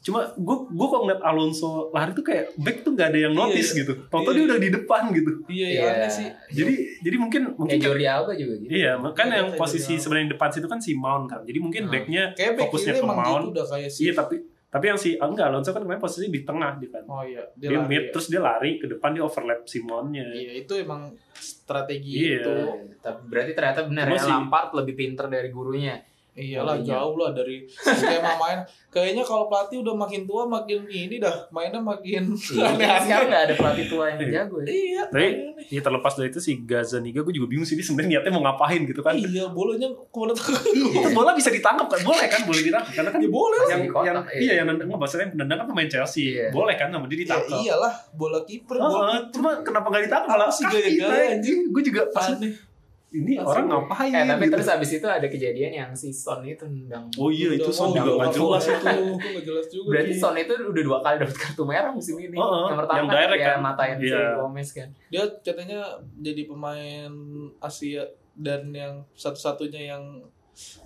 Speaker 2: cuma gue gue kok ngeliat Alonso lari tuh kayak back tuh gak ada yang notice
Speaker 4: Iya, iya.
Speaker 2: gitu Tonton
Speaker 4: Iya,
Speaker 2: dia
Speaker 4: iya.
Speaker 2: udah di depan gitu
Speaker 4: Iya, iya
Speaker 3: Iya.
Speaker 4: aneh sih.
Speaker 2: jadi jadi mungkin mungkin kan-
Speaker 3: Kayak Jordi Alba juga gitu.
Speaker 2: iya kan
Speaker 4: Iya,
Speaker 2: yang
Speaker 4: kayak
Speaker 2: posisi
Speaker 4: Jordi Alba.
Speaker 2: sebenarnya di depan situ kan si Mount kan jadi mungkin
Speaker 3: Nah.
Speaker 2: backnya
Speaker 4: Kayak back
Speaker 2: Fokusnya
Speaker 4: kiri
Speaker 2: ke
Speaker 4: emang
Speaker 2: Mount.
Speaker 4: gitu udah kayak si
Speaker 2: iya tapi tapi yang si ah, enggak Alonso kan kemarin posisi di tengah di kan
Speaker 4: Oh iya, dia,
Speaker 2: dia,
Speaker 4: lari
Speaker 2: mid
Speaker 4: ya.
Speaker 2: terus dia lari ke depan dia overlap Simonnya
Speaker 4: Iya, itu emang strategi
Speaker 2: Iya.
Speaker 4: itu.
Speaker 3: Tapi berarti ternyata benar
Speaker 2: Cuma
Speaker 3: ya
Speaker 2: sih-
Speaker 3: Lampard lebih pinter dari gurunya.
Speaker 4: Iyalah
Speaker 3: Iya.
Speaker 4: jauh lah dari skema main. Kayaknya kalau pelatih udah makin tua makin ini dah mainnya makin
Speaker 2: Iya.
Speaker 3: Sekarang
Speaker 4: aneh-aneh.
Speaker 3: Iya, nggak ada pelatih tua yang jago ya.
Speaker 4: Iya.
Speaker 2: Tapi-
Speaker 4: aneh-aneh.
Speaker 2: Ya terlepas dari itu si Gazaniga gue juga bingung sih dia sebenarnya niatnya mau ngapain gitu kan.
Speaker 4: Iya, bolanya kemana tuh?
Speaker 2: Itu bola bisa ditangkap kan? Boleh kan? Boleh ditangkap karena kan
Speaker 4: Ya boleh lah.
Speaker 2: yang
Speaker 3: di kotak,
Speaker 2: yang
Speaker 3: iya.
Speaker 2: iya yang nendang nggak, maksudnya yang nendang kan pemain Chelsea.
Speaker 3: Iya.
Speaker 2: Boleh kan sama dia
Speaker 4: Ya,
Speaker 2: ditangkap.
Speaker 4: iyalah, bola kiper.
Speaker 2: Oh,
Speaker 4: bola
Speaker 2: eh, cuma kenapa gak ditangkap malah
Speaker 4: sih
Speaker 2: kaki,
Speaker 4: gaya-gaya,
Speaker 2: Tay?
Speaker 4: anjing?
Speaker 2: Gue Iya, juga pas
Speaker 4: aneh.
Speaker 2: ini
Speaker 4: Pas-
Speaker 2: orang ngapain
Speaker 3: Eh tapi
Speaker 2: gitu.
Speaker 3: terus abis itu ada kejadian yang si Son itu nendang.
Speaker 2: Oh iya itu Son juga gak
Speaker 4: nggak
Speaker 2: jelas itu.
Speaker 4: Itu nggak jelas juga.
Speaker 3: Berarti
Speaker 4: Iya.
Speaker 3: Son itu udah dua kali dapat kartu merah musim ini.
Speaker 2: Oh, oh.
Speaker 3: Yang pertama
Speaker 2: Yang
Speaker 3: kan
Speaker 2: direct
Speaker 3: dia
Speaker 2: kan?
Speaker 3: matain si
Speaker 2: Iya.
Speaker 3: Gomez kan.
Speaker 4: dia katanya jadi pemain Asia dan yang satu-satunya yang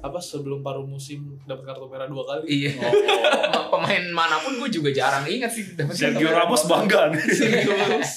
Speaker 4: apa sebelum paruh musim dapat kartu merah dua kali.
Speaker 3: Iya. Pemain manapun gue juga jarang ingat sih. dapat
Speaker 2: Sergio
Speaker 3: kartu merah.
Speaker 2: Ramos bangga nih.
Speaker 4: Terus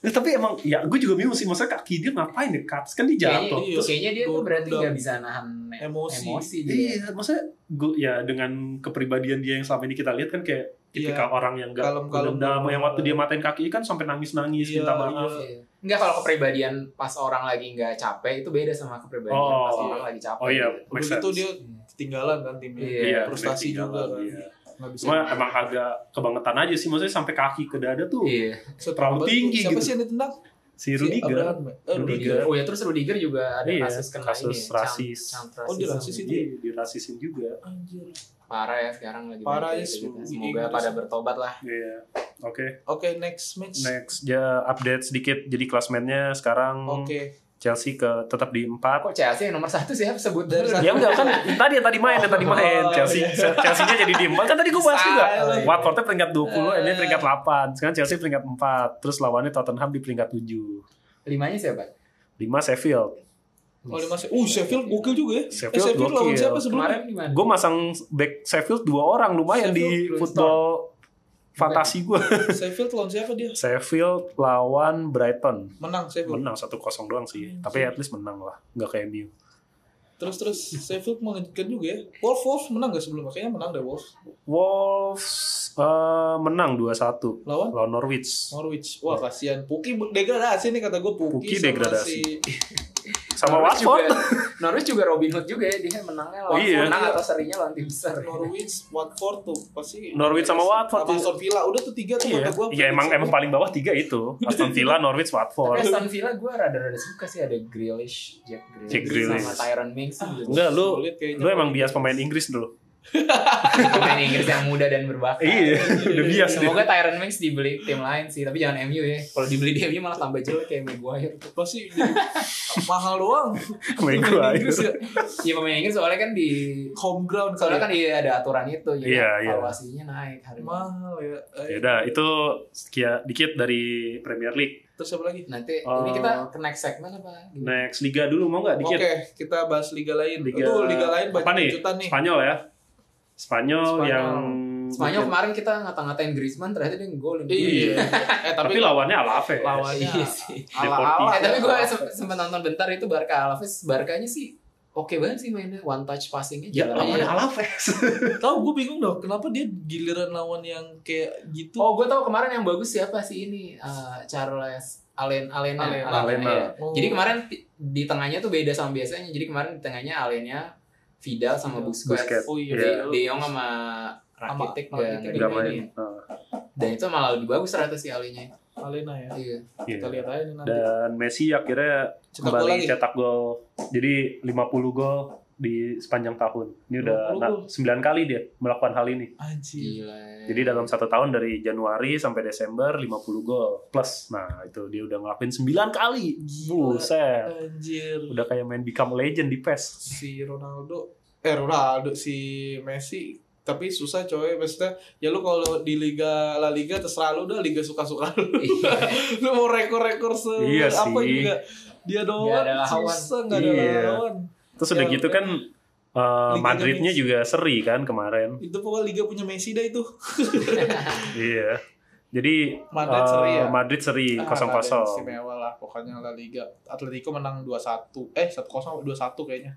Speaker 2: Nah, tapi emang ya gue juga bingung sih maksudnya kaki dia ngapain ya cuts kan dia
Speaker 3: Kayaknya,
Speaker 2: jatuh.
Speaker 4: Iya.
Speaker 3: kayaknya dia tuh
Speaker 4: Gordon.
Speaker 3: berarti nggak bisa nahan e-,
Speaker 4: Emosi.
Speaker 3: emosi dia.
Speaker 2: Iya, maksudnya gue ya dengan kepribadian dia yang selama ini kita lihat kan kayak tipikal orang yang gak
Speaker 4: Kalem-kalem
Speaker 2: dendam
Speaker 4: doang.
Speaker 2: yang waktu dia matain kaki kan sampai nangis-nangis
Speaker 4: Iya,
Speaker 2: minta maaf.
Speaker 4: iya.
Speaker 3: Iya. Enggak kalau kepribadian pas orang lagi nggak capek itu beda sama kepribadian
Speaker 2: Oh,
Speaker 3: pas
Speaker 4: iya.
Speaker 3: orang lagi capek.
Speaker 2: Oh iya, make
Speaker 4: Udah
Speaker 2: sense.
Speaker 4: gitu dia ketinggalan kan timnya.
Speaker 3: Iya.
Speaker 2: Iya,
Speaker 4: Frustasi
Speaker 2: make sense.
Speaker 4: juga kan.
Speaker 2: Iya.
Speaker 4: Nggak bisa.
Speaker 2: Cuma emang agak kebangetan aja sih maksudnya sampai kaki ke dada tuh
Speaker 3: Iya.
Speaker 4: Set-
Speaker 2: terlalu
Speaker 4: apa-
Speaker 2: tinggi
Speaker 4: siapa
Speaker 2: gitu.
Speaker 4: sih yang ditendang?
Speaker 2: si kan.
Speaker 4: Si
Speaker 2: Rudiger.
Speaker 4: Abraham, ya? Eh,
Speaker 2: Rudiger.
Speaker 4: Rudiger.
Speaker 3: Oh ya terus Rudiger juga ada
Speaker 2: Iya,
Speaker 3: kasus kena
Speaker 2: kasus
Speaker 3: ini. ya,
Speaker 2: rasis. ya?
Speaker 3: cant- cant-
Speaker 4: Oh, dia
Speaker 3: rasisme.
Speaker 4: rasis itu.
Speaker 2: Jadi dirasisin Iya, juga.
Speaker 4: Anjir.
Speaker 3: Parah ya sekarang lagi.
Speaker 4: Parah
Speaker 3: banyak
Speaker 4: ya,
Speaker 3: gitu-gitu.
Speaker 4: seluruh
Speaker 3: Semoga
Speaker 4: Inggris.
Speaker 3: pada bertobat lah.
Speaker 2: Iya. Oke,
Speaker 4: Oke, next match.
Speaker 2: next ya update sedikit. Jadi klasmennya sekarang
Speaker 4: Oke.
Speaker 2: Chelsea ke tetap di 4.
Speaker 3: Kok Chelsea yang nomor satu siapa sebut
Speaker 4: Dari satu.
Speaker 2: Ya enggak kan tadi yang tadi main yang tadi main
Speaker 4: Oh,
Speaker 2: Chelsea
Speaker 4: iya.
Speaker 2: Chelsea-nya jadi di 4 kan tadi gue bahas juga.
Speaker 3: Oh,
Speaker 4: Salah.
Speaker 3: iya.
Speaker 2: Watford peringkat 20, ini
Speaker 4: Eh.
Speaker 2: peringkat 8. Sekarang Chelsea peringkat 4. Terus lawannya Tottenham di peringkat 7.
Speaker 3: Limanya siapa?
Speaker 2: 5 Sheffield.
Speaker 4: Oh, dia masih. Uh, Sheffield gokil juga ya. Eh,
Speaker 2: Iya. Sheffield
Speaker 4: Sheffield lawan
Speaker 2: gokil.
Speaker 4: siapa sebelumnya?
Speaker 3: Kemarin gimana?
Speaker 2: Gue masang back Sheffield dua orang lumayan di
Speaker 3: Sheffield,
Speaker 2: football fantasi gue.
Speaker 4: Sheffield lawan siapa dia?
Speaker 2: Sheffield lawan Brighton.
Speaker 4: Menang Sheffield.
Speaker 2: Menang 1-0 doang sih. Tapi at least menang lah. Nggak kayak MU.
Speaker 4: Terus terus Sheffield mengejutkan juga ya. Wolves Wolves menang gak sebelumnya? Kayaknya menang deh Wolves.
Speaker 2: Wolves eh, menang 2-1
Speaker 4: Lawan
Speaker 2: lawan Norwich.
Speaker 4: Norwich. Wah, kasihan Puki degradasi nih kata gue Puki,
Speaker 2: Puki
Speaker 4: sama
Speaker 2: degradasi.
Speaker 4: si-
Speaker 2: Sama
Speaker 3: Norwich
Speaker 2: Watford.
Speaker 3: juga- Norwich juga Robin Hood juga ya, dia menangnya
Speaker 2: Oh,
Speaker 3: lawan
Speaker 2: iya.
Speaker 3: menang atau serinya lawan tim besar.
Speaker 4: Norwich, Watford tuh pasti
Speaker 2: Norwich sama Watford
Speaker 4: sama
Speaker 2: tuh.
Speaker 4: Aston Villa udah tuh tiga tuh
Speaker 2: Iya,
Speaker 4: kata gue.
Speaker 2: Iya, emang emang paling bawah tiga itu. Aston Villa, Norwich,
Speaker 3: Tapi
Speaker 2: Watford.
Speaker 3: Aston Villa gue rada-rada suka sih ada Grealish, Jack Grealish,
Speaker 2: Jack Grealish.
Speaker 3: sama Tyron Mings tuh juga.
Speaker 2: Enggak, lu
Speaker 4: Sulit kayaknya.
Speaker 2: lu emang bias pemain Inggris dulu.
Speaker 3: pemain Inggris yang muda dan berbakat.
Speaker 2: Iya, udah bias dia.
Speaker 3: Semoga Tyron Mings dibeli tim lain sih, tapi jangan MU ya. Kalau dibeli di MU malah tambah jelek kayak Maguire.
Speaker 4: pasti jadi mahal doang. Pemain
Speaker 2: Maguire.
Speaker 4: Inggris ya.
Speaker 3: Iya pemain Inggris soalnya kan di
Speaker 4: Home ground ya.
Speaker 3: soalnya kan iya ada aturan itu, jadi
Speaker 2: Iya, iya.
Speaker 3: valuasinya naik hari ini.
Speaker 4: mahal ya. Eh,
Speaker 2: Ya udah, itu sekian dikit dari Premier League.
Speaker 4: Terus apa lagi?
Speaker 3: Nanti
Speaker 2: Oh.
Speaker 3: ini kita ke next segmen apa? Gimana?
Speaker 2: Next liga dulu mau nggak dikit?
Speaker 4: Oke, kita bahas liga lain.
Speaker 2: Liga-
Speaker 4: Tuh, liga lain
Speaker 2: Apa nih?
Speaker 4: banyak kejutan nih.
Speaker 2: Spanyol ya. Spanyol,
Speaker 3: Spanyol.
Speaker 2: yang
Speaker 3: Spanyol kemarin kita ngata-ngatain Griezmann ternyata dia ngegolin.
Speaker 4: Iya. eh
Speaker 2: tapi
Speaker 4: tapi
Speaker 2: lawannya Alave.
Speaker 4: lawannya
Speaker 3: Iya sih.
Speaker 2: Iya,
Speaker 4: ala-ala.
Speaker 3: Eh, tapi gue sempat nonton bentar itu Barca Alaves, Barkanya sih oke banget sih mainnya. One touch passingnya
Speaker 2: Ya,
Speaker 4: Iya,
Speaker 3: jalan
Speaker 2: lawannya
Speaker 3: aja.
Speaker 2: Alave.
Speaker 4: Tahu gue bingung dong, kenapa dia giliran lawan yang kayak gitu?
Speaker 3: Oh, gue tau kemarin yang bagus siapa sih ini eh, Charles Alen Alena.
Speaker 4: Alena.
Speaker 2: Alena.
Speaker 3: iya.
Speaker 4: Oh.
Speaker 3: Jadi kemarin ti- di tengahnya tuh beda sama biasanya. Jadi kemarin di tengahnya Alenya Vidal sama Busquets.
Speaker 2: Busquets.
Speaker 4: Oh iya,
Speaker 3: De,
Speaker 4: iya.
Speaker 3: De Jong sama Rakitic
Speaker 4: Sama
Speaker 3: nggak-
Speaker 4: Rakitic
Speaker 2: nggak
Speaker 3: nggak
Speaker 2: main.
Speaker 3: dimainin.
Speaker 2: Nah,
Speaker 3: Dan itu malah lebih bagus ternyata si Alenya.
Speaker 4: Alena ya.
Speaker 3: Iya.
Speaker 2: iya.
Speaker 4: Kita lihat aja nih nanti.
Speaker 2: Dan Messi akhirnya
Speaker 4: Cetak gol
Speaker 2: kembali
Speaker 4: lagi.
Speaker 2: cetak gol. Jadi 50 gol di sepanjang tahun. Ini udah
Speaker 4: 50
Speaker 2: nah,
Speaker 4: gol.
Speaker 2: 9 kali dia melakukan hal ini.
Speaker 4: Anjir.
Speaker 3: Gila.
Speaker 2: Jadi
Speaker 4: Iya.
Speaker 2: dalam satu tahun dari Januari sampai Desember 50 gol plus. Nah itu dia udah ngelakuin 9 kali.
Speaker 4: Gila.
Speaker 2: Buset.
Speaker 4: Anjir.
Speaker 2: Udah kayak main Become Legend di PES.
Speaker 4: si Ronaldo eh Ronaldo si Messi tapi susah coy maksudnya ya lu kalau di Liga La Liga terserah lu dah Liga suka-suka
Speaker 3: Iya.
Speaker 4: lu lu mau rekor-rekor se
Speaker 2: Iya
Speaker 4: apa
Speaker 2: sih.
Speaker 4: juga dia doang
Speaker 3: Nggak ada lawan.
Speaker 4: susah nggak ada
Speaker 2: Iya.
Speaker 4: lawan
Speaker 2: Terus udah
Speaker 4: Ya,
Speaker 2: gitu kan eh,
Speaker 4: Liga
Speaker 2: Madridnya
Speaker 4: Messi.
Speaker 2: juga seri kan kemarin.
Speaker 4: itu pokoknya Liga punya Messi dah itu
Speaker 2: Iya. Jadi
Speaker 4: Madrid
Speaker 2: eh,
Speaker 4: seri ya?
Speaker 2: Madrid seri
Speaker 4: Ah, nggak ada yang
Speaker 2: 0-0.
Speaker 4: istimewa lah pokoknya La Liga Atletico menang 2-1 eh 1-0 2-1 kayaknya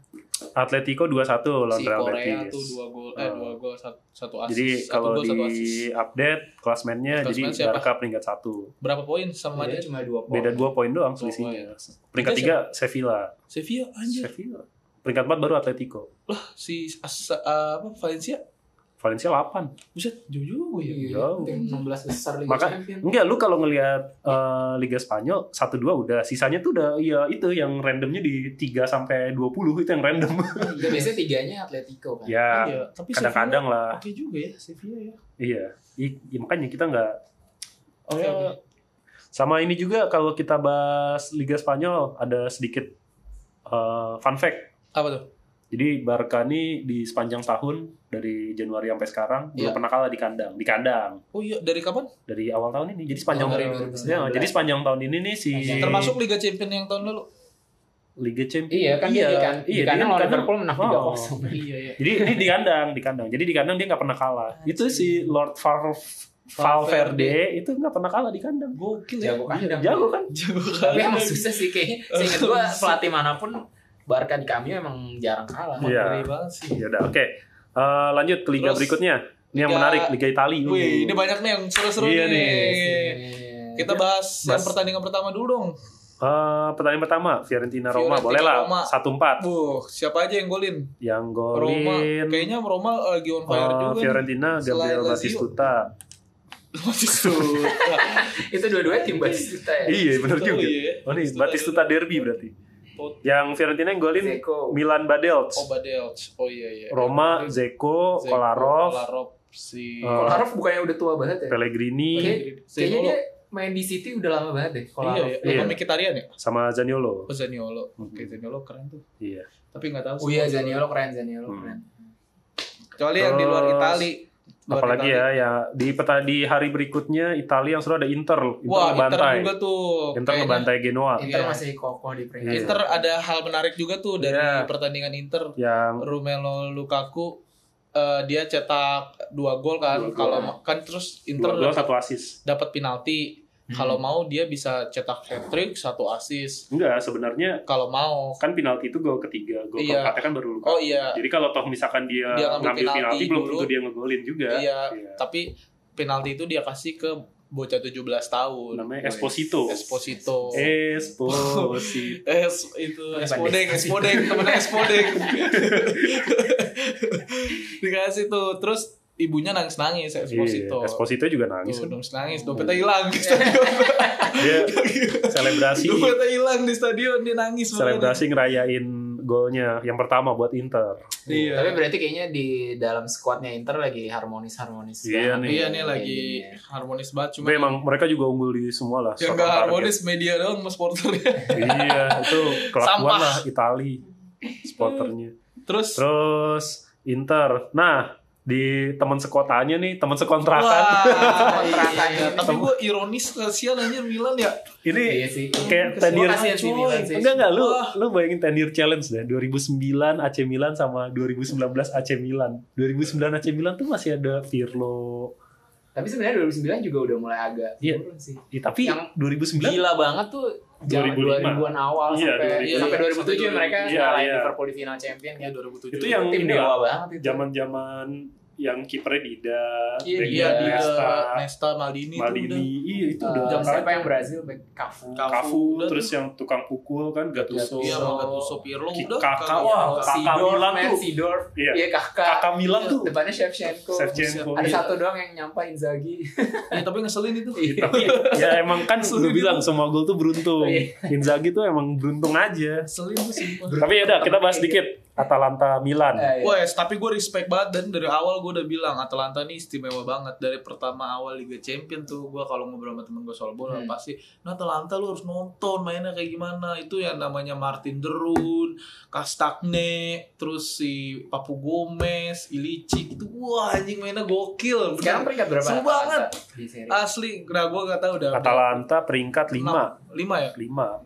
Speaker 2: Atletico 2-1 lawan
Speaker 4: si
Speaker 2: Real
Speaker 4: Korea
Speaker 2: Betis.
Speaker 4: tuh 2 gol eh
Speaker 2: Ah.
Speaker 4: 2 gol 1 asis
Speaker 2: Jadi
Speaker 4: Satu
Speaker 2: kalau
Speaker 4: gol,
Speaker 2: di
Speaker 4: satu asis.
Speaker 2: update klasmennya jadi
Speaker 4: Klasmen siapa?
Speaker 2: Barca peringkat 1.
Speaker 4: berapa poin sama
Speaker 3: Beda
Speaker 4: dia
Speaker 3: cuma dua poin.
Speaker 2: Beda 2 poin doang
Speaker 4: Dua
Speaker 2: selisihnya. Peringkat
Speaker 4: Kita
Speaker 2: 3 Sevilla.
Speaker 4: Sevilla anjir
Speaker 2: Sevilla. Peringkat 4 baru Atletico.
Speaker 4: si as, uh, apa Valencia
Speaker 2: Valencia 8.
Speaker 4: buset jauh juga ya
Speaker 3: Iya,
Speaker 2: Jauh.
Speaker 3: tim 16 besar Liga
Speaker 2: Maka-
Speaker 3: Champions.
Speaker 2: Enggak, lu kalau ngelihat eh, Liga Spanyol 1 2 udah, sisanya tuh udah ya itu yang randomnya di 3 sampai 20 itu yang random.
Speaker 3: Itu Ya, biasanya tiganya Atletico kan.
Speaker 2: ya,
Speaker 4: Iya, tapi
Speaker 2: kadang-kadang
Speaker 4: Sevilla
Speaker 2: lah.
Speaker 4: oke juga ya Sevilla ya
Speaker 2: Iya. I- ya makanya kita nggak
Speaker 3: Oh,
Speaker 4: oke
Speaker 3: iya,
Speaker 2: Ya.
Speaker 4: oke
Speaker 2: Sama ini juga kalau kita bahas Liga Spanyol ada sedikit eh, fun fact.
Speaker 4: apa tuh
Speaker 2: Jadi Barca nih di sepanjang tahun dari Januari sampai sekarang belum
Speaker 4: Iya.
Speaker 2: pernah kalah di kandang, di kandang
Speaker 4: oh iya dari kapan
Speaker 2: dari awal tahun ini. Jadi sepanjang
Speaker 3: Januari
Speaker 2: Ya,
Speaker 3: 2019.
Speaker 2: jadi sepanjang tahun ini nih si
Speaker 3: Iya,
Speaker 4: termasuk Liga Champions yang tahun lalu
Speaker 2: Liga Champions.
Speaker 3: Iya kan dia di kan
Speaker 2: iya,
Speaker 3: di
Speaker 2: dia di
Speaker 3: kanan lawan
Speaker 2: kandang.
Speaker 3: Liverpool menang
Speaker 2: Oh.
Speaker 3: 3-0.
Speaker 4: iya ya
Speaker 2: Jadi ini di kandang, di kandang. Jadi di kandang dia nggak pernah kalah. Itu si Lord Val- Valverde itu nggak pernah kalah di kandang.
Speaker 4: gokil ya
Speaker 3: Jago kandang.
Speaker 2: Jago kan?
Speaker 4: jago
Speaker 3: Tapi
Speaker 4: kali
Speaker 3: emang susah sih kayaknya. Seingat gua pelatih manapun Barca di kami emang jarang kalah.
Speaker 2: Iya.
Speaker 4: Ngeri banget sih
Speaker 2: Ya udah, oke. Eh, lanjut ke liga
Speaker 4: Terus,
Speaker 2: berikutnya. Ini yang
Speaker 4: Liga-
Speaker 2: menarik, Liga Italia.
Speaker 4: wih ini banyak nih yang seru-seru
Speaker 2: Iya
Speaker 4: nih
Speaker 3: Iya.
Speaker 4: kita bahas yang
Speaker 2: Bahas.
Speaker 4: pertandingan pertama dulu dong
Speaker 2: Eh, pertandingan pertama Fiorentina Roma
Speaker 4: Fiorentina,
Speaker 2: boleh lah
Speaker 4: Roma.
Speaker 2: 1-4
Speaker 4: Wuh, siapa aja yang golin?
Speaker 2: yang
Speaker 4: Roma,
Speaker 2: golin
Speaker 4: kayaknya Roma lagi on fire
Speaker 2: eh,
Speaker 4: juga. nih.
Speaker 2: Fiorentina Gabriel
Speaker 4: Selain Lazio.
Speaker 2: Batistuta
Speaker 4: Batistuta.
Speaker 3: Itu dua-duanya tim Batistuta ya.
Speaker 2: iya bener
Speaker 4: Eh, Batistuta,
Speaker 2: juga
Speaker 4: iya.
Speaker 2: oh nih
Speaker 4: Batistuta
Speaker 2: Batistuta derby berarti
Speaker 4: Oh.
Speaker 2: yang Fiorentina yang golin
Speaker 3: Zeko.
Speaker 2: Milan Badelj
Speaker 4: Oh Badelj. Oh iya iya.
Speaker 2: Roma Zeko
Speaker 4: Zeko,
Speaker 2: Kolarov
Speaker 4: Kolarov
Speaker 2: Eh,
Speaker 4: si
Speaker 3: Kolarov bukannya udah tua banget ya?
Speaker 2: Pellegrini
Speaker 3: Oke. Kayaknya
Speaker 4: Zaniolo.
Speaker 3: dia main di City udah lama banget deh.
Speaker 4: Iya,
Speaker 3: Kolarov.
Speaker 4: iya.
Speaker 2: Iya.
Speaker 4: Iya. Mkhitaryan ya?
Speaker 2: sama Zaniolo
Speaker 4: Oh Zaniolo.
Speaker 2: Mhm.
Speaker 4: Oke, Zaniolo keren tuh.
Speaker 2: iya
Speaker 4: Tapi nggak tahu
Speaker 3: Oh iya Zaniolo keren Zaniolo
Speaker 2: Hmm.
Speaker 3: keren.
Speaker 4: Kecuali yang di luar
Speaker 2: Terus,
Speaker 4: Itali. Luar
Speaker 2: apalagi
Speaker 4: Itali.
Speaker 2: ya ya di peta di hari berikutnya Italia yang sudah ada Inter Inter
Speaker 4: Wah, Inter
Speaker 2: ngebantai
Speaker 4: juga tuh.
Speaker 2: Inter
Speaker 4: Kayaknya
Speaker 2: ngebantai Genoa
Speaker 3: Inter
Speaker 4: Iya.
Speaker 3: masih kokoh di
Speaker 2: Ah.
Speaker 3: peringkat.
Speaker 2: Iya.
Speaker 4: Inter ada hal menarik juga tuh dari
Speaker 2: Iya.
Speaker 4: pertandingan Inter.
Speaker 2: yang
Speaker 4: Romelu Lukaku eh, dia cetak dua gol kan
Speaker 2: Dua gol.
Speaker 4: kalau ma- kan terus Inter
Speaker 2: dua gol
Speaker 4: dapat-
Speaker 2: satu Hmm. asis
Speaker 4: dapat penalti. Kalau mau dia bisa cetak hat trick satu assist.
Speaker 2: enggak sebenarnya
Speaker 4: Kalau mau
Speaker 2: kan penalti itu gol ketiga gol
Speaker 4: Iya.
Speaker 2: keempatnya kan baru luka
Speaker 4: Oh iya.
Speaker 2: jadi kalau toh misalkan dia,
Speaker 4: Dia ngambil
Speaker 2: ngambil penalti,
Speaker 4: penalti
Speaker 2: belum
Speaker 4: dulu.
Speaker 2: tentu dia ngegolin juga
Speaker 4: Iya,
Speaker 2: Iya.
Speaker 4: tapi penalti itu dia kasih ke bocah 17 tahun.
Speaker 2: namanya Esposito
Speaker 4: Esposito.
Speaker 2: Esposito
Speaker 4: Eh, Es itu
Speaker 3: Bukan
Speaker 4: Espodeng,
Speaker 3: Despacito.
Speaker 4: Espodeng, temennya Espodeng. Dikasih tuh, terus ibunya nangis-nangis Esposito.
Speaker 2: Iya, Esposito juga nangis
Speaker 4: Tuh,
Speaker 2: kan.
Speaker 4: nangis-nangis, dompetnya hilang di stadion.
Speaker 2: dia selebrasi
Speaker 4: dompetnya hilang di stadion, dia nangis.
Speaker 2: selebrasi ngerayain golnya yang pertama buat Inter
Speaker 4: Iya.
Speaker 3: Tapi berarti kayaknya di dalam skuadnya Inter lagi harmonis-harmonis.
Speaker 2: Iya
Speaker 3: banget.
Speaker 2: nih.
Speaker 4: Iya nih lagi
Speaker 3: Iya.
Speaker 4: harmonis banget cuma
Speaker 2: Tapi emang mereka juga unggul di semua lah
Speaker 4: yang
Speaker 2: soal
Speaker 4: gak
Speaker 2: target.
Speaker 4: harmonis media doang mas porternya.
Speaker 2: iya itu kelakuan
Speaker 4: Sampah.
Speaker 2: lah Itali supporternya
Speaker 4: Terus
Speaker 2: terus Inter nah di teman sekotanya nih teman sekontrakan
Speaker 4: wah,
Speaker 3: Kontrakan.
Speaker 4: iya. tapi gue ironis kasihan aja Milan ya.
Speaker 2: ini
Speaker 3: Iya sih.
Speaker 2: kayak
Speaker 3: Semua
Speaker 2: tenir
Speaker 3: kasihan sih Milan sih.
Speaker 2: enggak enggak lu
Speaker 4: Wah.
Speaker 2: lu bayangin tenir challenge deh 2009 AC Milan sama 2019 AC Milan 2009 AC Milan tuh masih ada Pirlo
Speaker 3: Tapi sebenarnya 2009 juga udah mulai agak
Speaker 2: Iya.
Speaker 3: turun sih.
Speaker 2: Ih, tapi
Speaker 3: Yang
Speaker 2: 2009
Speaker 3: Gila banget tuh zaman
Speaker 2: 2005.
Speaker 3: 2000-an awal
Speaker 2: Iya, 2000.
Speaker 3: sampai sampai 2007
Speaker 4: Sampai
Speaker 3: mereka
Speaker 2: 2000.
Speaker 3: ngalahin
Speaker 2: Iya, iya.
Speaker 3: Liverpool di final champion kan.
Speaker 4: 2007.
Speaker 2: Itu yang
Speaker 3: tim
Speaker 2: ini
Speaker 3: dewa
Speaker 2: lah,
Speaker 3: banget itu.
Speaker 2: zaman zaman
Speaker 6: yang kipernya Dida, backnya
Speaker 3: Iya,
Speaker 4: Iya,
Speaker 3: Iya,
Speaker 4: Dida,
Speaker 6: Iniesta,
Speaker 4: Nesta, Maldini,
Speaker 6: Maldini,
Speaker 4: itu
Speaker 6: iya itu
Speaker 3: Eh,
Speaker 6: udah
Speaker 4: jam
Speaker 3: siapa
Speaker 6: kacau.
Speaker 3: yang Brazil back Kafu.
Speaker 4: Kafu.
Speaker 6: Kafu,
Speaker 4: udah
Speaker 6: terus yang tukang pukul kan Gattuso.
Speaker 4: udah. Iya, sama Gattuso, Pirlo
Speaker 6: Ki-
Speaker 4: udah.
Speaker 6: Kakak,
Speaker 4: Kakak,
Speaker 6: wah,
Speaker 4: Kakak.
Speaker 6: Kakak Milan
Speaker 3: men,
Speaker 6: tuh.
Speaker 3: Sidor.
Speaker 6: Iya.
Speaker 3: Iya, Kakak.
Speaker 6: Kakak Milan tuh
Speaker 3: Depannya Shevchenko.
Speaker 6: Shevchenko.
Speaker 3: Ada
Speaker 6: iya.
Speaker 3: satu doang yang nyampa Inzaghi.
Speaker 4: Ya, tapi ngeselin itu.
Speaker 6: Tapi ya emang kan
Speaker 2: Lu
Speaker 4: Sulit
Speaker 2: bilang semua gol tuh beruntung.
Speaker 3: Iya.
Speaker 2: Inzaghi tuh emang beruntung aja.
Speaker 4: Ngeselin tuh sumpah.
Speaker 2: Tapi ya udah kita bahas dikit Atalanta Milan.
Speaker 3: Eh, iya.
Speaker 4: Wes, tapi gue respect banget dan dari awal gue udah bilang Atalanta nih istimewa banget dari pertama awal Liga Champion tuh gue kalau ngobrol sama temen gue soal bola
Speaker 3: Hmm.
Speaker 4: pasti, nah Atalanta lu harus nonton mainnya kayak gimana itu yang namanya Martin Derun, Kastagne, terus si Papu Gomez, Ilicic itu wah anjing mainnya gokil.
Speaker 3: Sekarang
Speaker 4: Bener.
Speaker 3: peringkat berapa?
Speaker 4: Seru
Speaker 3: Atalanta
Speaker 4: banget.
Speaker 3: Di seri.
Speaker 4: Asli, nah gue gak tahu udah
Speaker 2: Atalanta peringkat 5.
Speaker 4: Enam, lima ya?